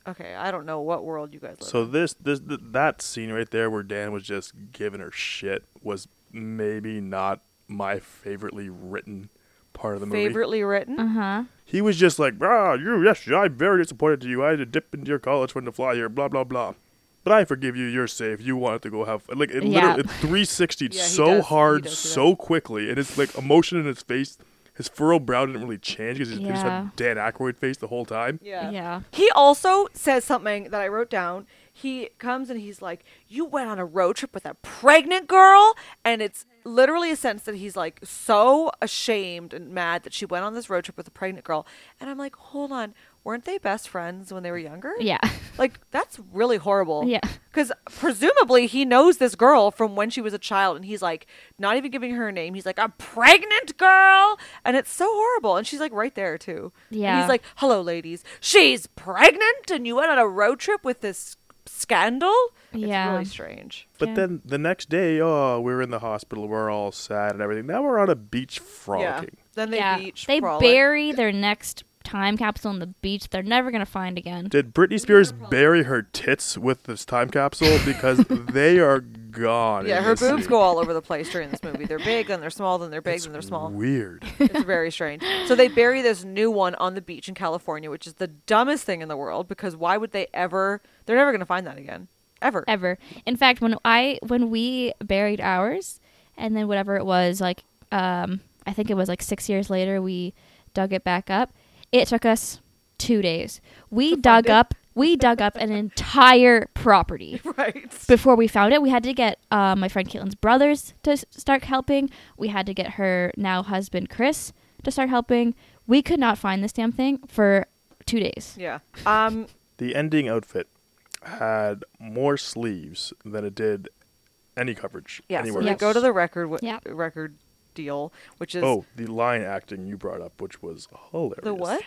[SPEAKER 1] Okay, I don't know what world you guys live.
[SPEAKER 3] So
[SPEAKER 1] in.
[SPEAKER 3] this this th- that scene right there where Dan was just giving her shit was maybe not my favoritely written part of the movie.
[SPEAKER 1] favoritely written.
[SPEAKER 2] Uh huh.
[SPEAKER 3] He was just like, ah, you yes, I'm very disappointed in you. I had to dip into your college when to fly here, blah blah blah. But I forgive you. You're safe. You wanted to go have fun. like it
[SPEAKER 2] Yeah.
[SPEAKER 3] literally it 360
[SPEAKER 1] Yeah, he
[SPEAKER 3] so
[SPEAKER 1] does- he
[SPEAKER 3] hard,
[SPEAKER 1] does do that.
[SPEAKER 3] so quickly, and it's like emotion in his face. His furrowed brow didn't really change because he just
[SPEAKER 2] Yeah.
[SPEAKER 3] had Dan Aykroyd face the whole time.
[SPEAKER 1] Yeah.
[SPEAKER 2] yeah.
[SPEAKER 1] He also says something that I wrote down. He comes and he's like, "You went on a road trip with a pregnant girl," and it's literally a sense that he's like so ashamed and mad that she went on this road trip with a pregnant girl. And I'm like, "Hold on, weren't they best friends when they were younger?"
[SPEAKER 2] Yeah.
[SPEAKER 1] Like that's really horrible.
[SPEAKER 2] Yeah.
[SPEAKER 1] Because presumably he knows this girl from when she was a child, and he's like not even giving her a name. He's like a pregnant girl, and it's so horrible. And she's like right there too. And
[SPEAKER 2] Yeah.
[SPEAKER 1] he's like, "Hello, ladies. She's pregnant, and you went on a road trip with this scandal. It's
[SPEAKER 2] Yeah.
[SPEAKER 1] really strange.
[SPEAKER 3] But
[SPEAKER 2] Yeah.
[SPEAKER 3] then the next day, oh, we're in the hospital. We're all sad and everything. Now we're on a beach frolicking.
[SPEAKER 1] Yeah. Then they
[SPEAKER 2] yeah.
[SPEAKER 1] beach.
[SPEAKER 2] they
[SPEAKER 1] frolic.
[SPEAKER 2] bury their next time capsule in the beach. They're never gonna find again.
[SPEAKER 3] Did Britney Spears bury her tits with this time capsule? Because they are gone.
[SPEAKER 1] Yeah,
[SPEAKER 3] in
[SPEAKER 1] her
[SPEAKER 3] this
[SPEAKER 1] boobs
[SPEAKER 3] scene.
[SPEAKER 1] go all over the place during this movie. They're big, then they're small, then they're big,
[SPEAKER 3] It's
[SPEAKER 1] then they're small.
[SPEAKER 3] Weird.
[SPEAKER 1] It's very strange. So they bury this new one on the beach in California, which is the dumbest thing in the world because why would they ever? They're never going to find that again. Ever.
[SPEAKER 2] Ever. In fact, when I when we buried ours, and then whatever it was, like um, I think it was like six years later, we dug it back up. It took us two days. We dug
[SPEAKER 1] it?
[SPEAKER 2] up. We dug up an entire property.
[SPEAKER 1] Right.
[SPEAKER 2] before we found it, we had to get uh, my friend Caitlin's brothers to s- start helping. We had to get her now husband Chris to start helping. We could not find this damn thing for two days.
[SPEAKER 1] Yeah. Um,
[SPEAKER 3] The ending outfit had more sleeves than it did any coverage
[SPEAKER 1] yeah. So
[SPEAKER 3] anywhere
[SPEAKER 1] they
[SPEAKER 2] Yes.
[SPEAKER 3] else.
[SPEAKER 1] go to the record, w-
[SPEAKER 2] Yeah.
[SPEAKER 1] record deal, which is
[SPEAKER 3] oh, the line acting you brought up, which was hilarious.
[SPEAKER 1] the what?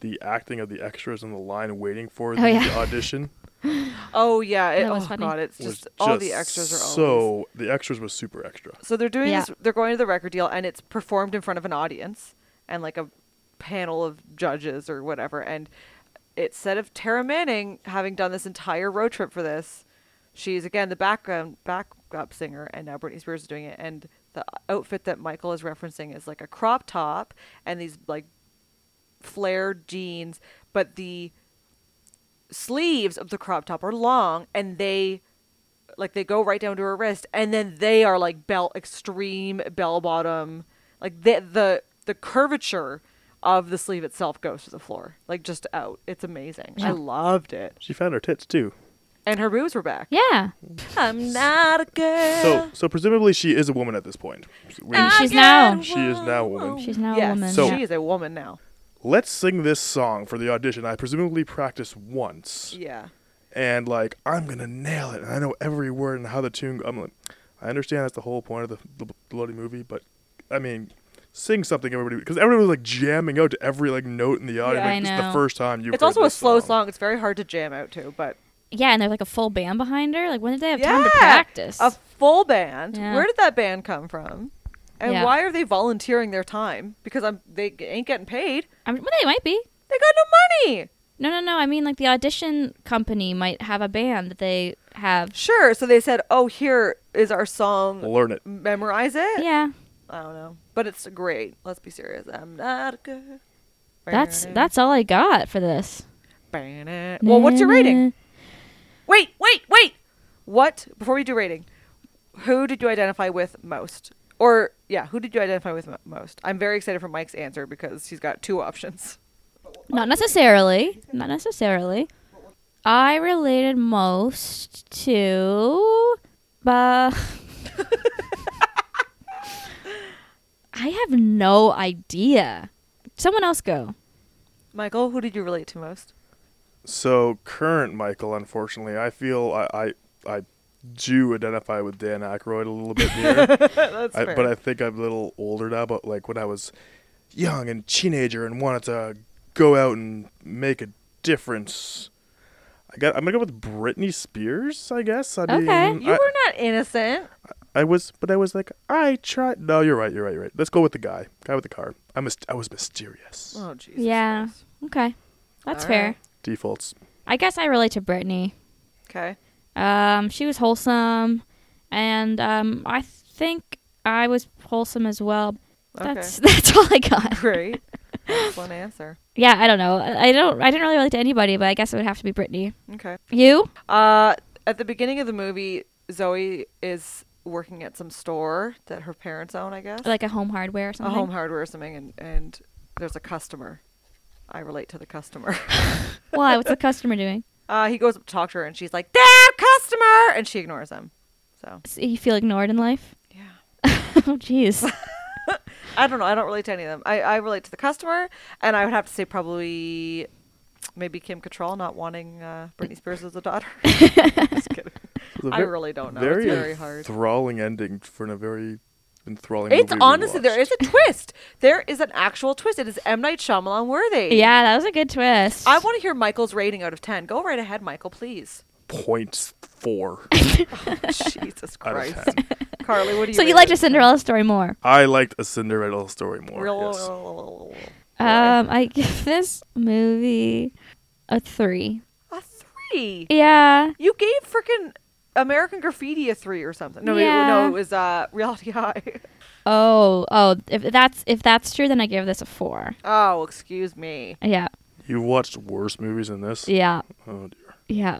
[SPEAKER 3] The acting of the extras on the line waiting for
[SPEAKER 2] Oh,
[SPEAKER 3] the
[SPEAKER 2] yeah.
[SPEAKER 3] audition.
[SPEAKER 1] Oh yeah. It,
[SPEAKER 2] That was
[SPEAKER 1] oh
[SPEAKER 2] funny.
[SPEAKER 1] god. It's just,
[SPEAKER 3] was
[SPEAKER 1] all
[SPEAKER 3] just
[SPEAKER 1] the extras are always.
[SPEAKER 3] so the extras was super extra.
[SPEAKER 1] So they're doing
[SPEAKER 2] Yeah.
[SPEAKER 1] this. They're going to the record deal, and it's performed in front of an audience and like a panel of judges or whatever. And instead of Tara Manning having done this entire road trip for this, she's again the background backup singer, and now Britney Spears is doing it. And the outfit that Michael is referencing is like a crop top and these like flared jeans, but the sleeves of the crop top are long and they like they go right down to her wrist and then they are like bell extreme bell bottom like the the the curvature of the sleeve itself goes to the floor like just out it's amazing i
[SPEAKER 2] Yeah.
[SPEAKER 1] loved it
[SPEAKER 3] She found her tits too.
[SPEAKER 1] and her boobs were back
[SPEAKER 2] Yeah,
[SPEAKER 1] i'm not a girl
[SPEAKER 3] So, so presumably she is a woman at this point. We-
[SPEAKER 2] And she's
[SPEAKER 1] I
[SPEAKER 2] now-
[SPEAKER 1] got
[SPEAKER 3] She is now a woman.
[SPEAKER 2] she's now
[SPEAKER 1] yes,
[SPEAKER 2] a woman.
[SPEAKER 3] So-
[SPEAKER 2] yeah.
[SPEAKER 1] she is a woman now
[SPEAKER 3] Let's sing this song for the audition. I presumably practiced once,
[SPEAKER 1] yeah
[SPEAKER 3] and like I'm gonna nail it. And I know every word and how the tune. I'm like, I understand that's the whole point of the, the bloody movie, but I mean, sing something everybody because everybody was like jamming out to every like note in the audience.
[SPEAKER 1] Yeah,
[SPEAKER 2] I
[SPEAKER 3] like, this is
[SPEAKER 2] know.
[SPEAKER 3] the first time you.
[SPEAKER 1] it's also a slow song. it's very hard to jam out to but
[SPEAKER 2] yeah, and there's like a full band behind her. Like when did they have
[SPEAKER 1] yeah
[SPEAKER 2] time to practice?
[SPEAKER 1] a full band
[SPEAKER 2] Yeah.
[SPEAKER 1] where did that band come from and
[SPEAKER 2] Yeah.
[SPEAKER 1] why are they volunteering their time because i'm they ain't getting paid
[SPEAKER 2] I mean, well, they might be.
[SPEAKER 1] They got no money.
[SPEAKER 2] No, no, no. I mean, like the audition company might have a band that they have.
[SPEAKER 1] Sure. So they said, "Oh, here is our song.
[SPEAKER 3] Learn it.
[SPEAKER 1] Memorize it."
[SPEAKER 2] Yeah,
[SPEAKER 1] I don't know, but it's great. Let's be serious. I'm not a good.
[SPEAKER 2] that's that's all I got for this.
[SPEAKER 1] Well, what's your rating? Wait, wait, wait. What? Before we do rating, who did you identify with most? Or yeah, who did you identify with mo- most? I'm very excited for Mike's answer because he's got two options.
[SPEAKER 2] Not necessarily. Not necessarily. I related most to. Uh, I have no idea. Someone else go.
[SPEAKER 1] Michael, who did you relate to most?
[SPEAKER 3] So current Michael, unfortunately, I feel I I, I do identify with Dan Aykroyd a little bit here,
[SPEAKER 1] That's
[SPEAKER 3] I,
[SPEAKER 1] fair.
[SPEAKER 3] but I think I'm a little older now. But like when I was young and teenager and wanted to go out and make a difference, I got I'm gonna go with Britney Spears. I guess. I
[SPEAKER 2] Okay.
[SPEAKER 3] mean,
[SPEAKER 1] you
[SPEAKER 3] I,
[SPEAKER 1] were not innocent.
[SPEAKER 3] I was, but I was like, I tried. No, you're right. You're right. You're right. Let's go with the guy. Guy with the car. I must. I was mysterious.
[SPEAKER 1] Oh Jesus.
[SPEAKER 2] Yeah.
[SPEAKER 1] Christ.
[SPEAKER 2] Okay. That's
[SPEAKER 1] All
[SPEAKER 2] fair.
[SPEAKER 1] right.
[SPEAKER 3] Defaults.
[SPEAKER 2] I guess I relate to Brittany.
[SPEAKER 1] Okay.
[SPEAKER 2] Um, she was wholesome, and um, I think I was wholesome as well.
[SPEAKER 1] Okay.
[SPEAKER 2] That's that's all I got.
[SPEAKER 1] Great. Excellent answer.
[SPEAKER 2] Yeah, I don't know. I I don't. I didn't really relate to anybody, but I guess it would have to be Brittany.
[SPEAKER 1] Okay.
[SPEAKER 2] You?
[SPEAKER 1] Uh, at the beginning of the movie, Zoe is working at some store that her parents own, I guess.
[SPEAKER 2] Like a home hardware or Oh, something.
[SPEAKER 1] a home hardware or something, and, and there's a customer. I relate to the customer.
[SPEAKER 2] Why? What's the customer doing?
[SPEAKER 1] uh, he goes up to talk to her, and she's like, "That customer!" And she ignores him. So
[SPEAKER 2] So you feel ignored in life?
[SPEAKER 1] yeah,
[SPEAKER 2] oh, jeez.
[SPEAKER 1] I don't know. I don't relate to any of them. I, I relate to the customer, and I would have to say probably maybe Kim Cattrall not wanting uh, Britney Spears as a daughter. Just kidding.
[SPEAKER 3] It was a
[SPEAKER 1] I
[SPEAKER 3] ver-
[SPEAKER 1] really don't know.
[SPEAKER 3] Very,
[SPEAKER 1] it's very hard.
[SPEAKER 3] enthralling ending for a very enthralling.
[SPEAKER 1] It's
[SPEAKER 3] movie we
[SPEAKER 1] honestly there
[SPEAKER 3] watched.
[SPEAKER 1] is a twist. There is an actual twist. It is M Night Shyamalan worthy.
[SPEAKER 2] Yeah, that was a good twist.
[SPEAKER 1] I want to hear Michael's rating out of ten. Go right ahead, Michael, please. Oh,
[SPEAKER 3] point four
[SPEAKER 1] Jesus
[SPEAKER 3] out
[SPEAKER 1] Christ,
[SPEAKER 3] of ten.
[SPEAKER 1] Carly, what do you?
[SPEAKER 2] so you
[SPEAKER 1] rate
[SPEAKER 2] liked
[SPEAKER 1] it?
[SPEAKER 2] a Cinderella story more?
[SPEAKER 3] I liked a Cinderella story more.
[SPEAKER 1] Real-
[SPEAKER 3] yes.
[SPEAKER 1] Why?
[SPEAKER 2] Um, I give this movie a three.
[SPEAKER 1] a three.
[SPEAKER 2] Yeah.
[SPEAKER 1] you gave freaking American Graffiti a three or something. No, it, no,
[SPEAKER 2] Yeah.
[SPEAKER 1] it was uh, Reality High.
[SPEAKER 2] Oh, oh. If that's if that's true, then I give this a four.
[SPEAKER 1] oh, excuse me.
[SPEAKER 2] Yeah.
[SPEAKER 3] You watched worse movies than this.
[SPEAKER 2] Yeah.
[SPEAKER 3] Oh dear.
[SPEAKER 2] Yeah.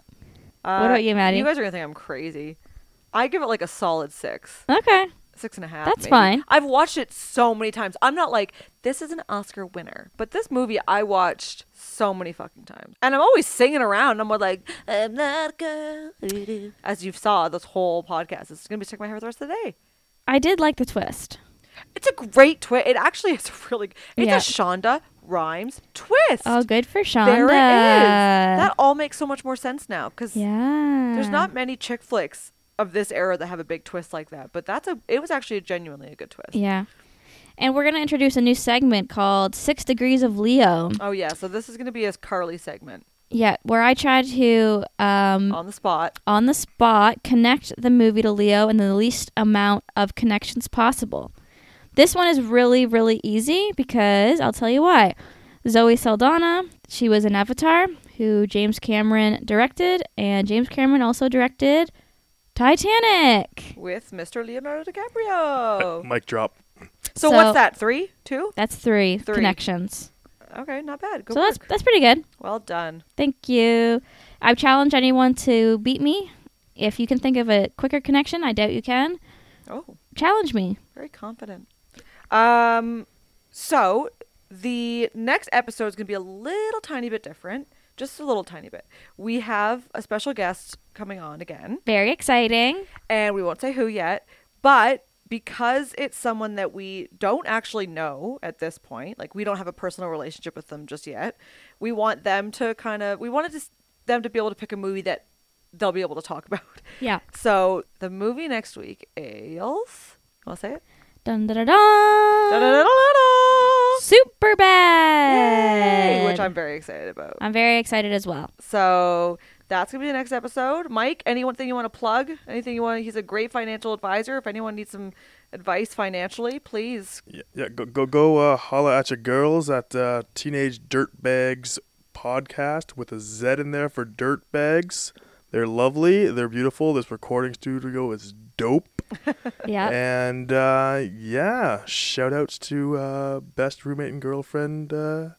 [SPEAKER 1] Uh,
[SPEAKER 2] about you, Maddie?
[SPEAKER 1] You guys are gonna think I'm crazy. I give it like a solid six.
[SPEAKER 2] Okay.
[SPEAKER 1] six and a half.
[SPEAKER 2] That's
[SPEAKER 1] maybe.
[SPEAKER 2] fine.
[SPEAKER 1] I've watched it so many times. I'm not like this is an Oscar winner, but this movie I watched so many fucking times, and I'm always singing around. I'm more like I'm not a girl. who do." As you saw, this whole podcast is gonna be stuck in my head for the rest of the day.
[SPEAKER 2] I did like the twist.
[SPEAKER 1] It's a great twist. It actually is a really. It's
[SPEAKER 2] Yeah.
[SPEAKER 1] a Shonda Rhimes twist.
[SPEAKER 2] Oh, good for Shonda.
[SPEAKER 1] there it is. That all makes so much more sense now because
[SPEAKER 2] yeah.
[SPEAKER 1] there's not many chick flicks of this era that have a big twist like that. But that's a. It was actually genuinely a good twist.
[SPEAKER 2] Yeah. And we're gonna introduce a new segment called Six Degrees of Leo.
[SPEAKER 1] Oh yeah, so this is gonna be a Carly segment
[SPEAKER 2] Yeah, where I try to um,
[SPEAKER 1] on the spot.
[SPEAKER 2] on the spot connect the movie to Leo in the least amount of connections possible. This one is really, really easy because I'll tell you why. Zoe Saldana, she was an Avatar who James Cameron directed, and James Cameron also directed Titanic.
[SPEAKER 1] with Mr. Leonardo DiCaprio.
[SPEAKER 3] Mic drop.
[SPEAKER 1] so,
[SPEAKER 2] So-
[SPEAKER 1] what's that? Three, two?
[SPEAKER 2] That's three,
[SPEAKER 1] Three.
[SPEAKER 2] connections.
[SPEAKER 1] Okay, not bad. Good
[SPEAKER 2] so
[SPEAKER 1] work.
[SPEAKER 2] that's that's pretty good.
[SPEAKER 1] well done.
[SPEAKER 2] Thank you. I challenge anyone to beat me. If you can think of a quicker connection, I doubt you can.
[SPEAKER 1] Oh,
[SPEAKER 2] Challenge me.
[SPEAKER 1] very confident. Um, so the next episode is going to be a little tiny bit different, just a little tiny bit. We have a special guest coming on again,
[SPEAKER 2] Very exciting.
[SPEAKER 1] and we won't say who yet, but because it's someone that we don't actually know at this point, like we don't have a personal relationship with them just yet, we want them to kind of, we wanted to, s- them to be able to pick a movie that they'll be able to talk about.
[SPEAKER 2] Yeah.
[SPEAKER 1] So the movie next week is, I'll say it.
[SPEAKER 2] Dun da da da.
[SPEAKER 1] Da-da-da-da-da!
[SPEAKER 2] Super bad.
[SPEAKER 1] Yay! Which I'm very excited about.
[SPEAKER 2] I'm very excited as well.
[SPEAKER 1] So that's gonna be the next episode. Mike, anything you want to plug? Anything you want? He's a great financial advisor. If anyone needs some advice financially, please.
[SPEAKER 3] Yeah, yeah go go go. Uh, holla at your girls at uh, Teenage Dirtbags podcast with a Z in there for dirt bags. They're lovely. They're beautiful. This recording studio is dope.
[SPEAKER 2] Yeah.
[SPEAKER 3] And uh, yeah, shout outs to uh, best roommate and girlfriend uh,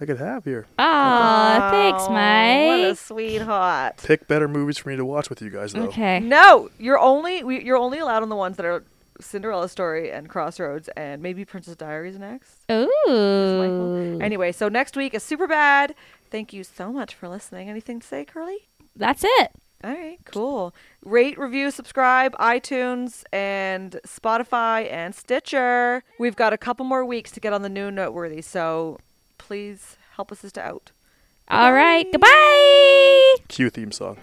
[SPEAKER 3] I could have here.
[SPEAKER 2] Aw, thanks,
[SPEAKER 1] What a
[SPEAKER 2] Mike.
[SPEAKER 1] sweetheart.
[SPEAKER 3] Pick better movies for me to watch with you guys, though.
[SPEAKER 2] Okay.
[SPEAKER 1] No, you're only we, you're only allowed on the ones that are Cinderella Story and Crossroads and maybe Princess Diaries next.
[SPEAKER 2] Ooh.
[SPEAKER 1] Michael. Anyway, so next week is super bad. Thank you so much for listening. Anything to say, Curly?
[SPEAKER 2] That's it.
[SPEAKER 1] All right, cool. Rate, review, subscribe, iTunes, and Spotify and Stitcher. We've got a couple more weeks to get on the new Noteworthy, so please help us out.
[SPEAKER 2] All right. Goodbye.
[SPEAKER 3] Cue theme song.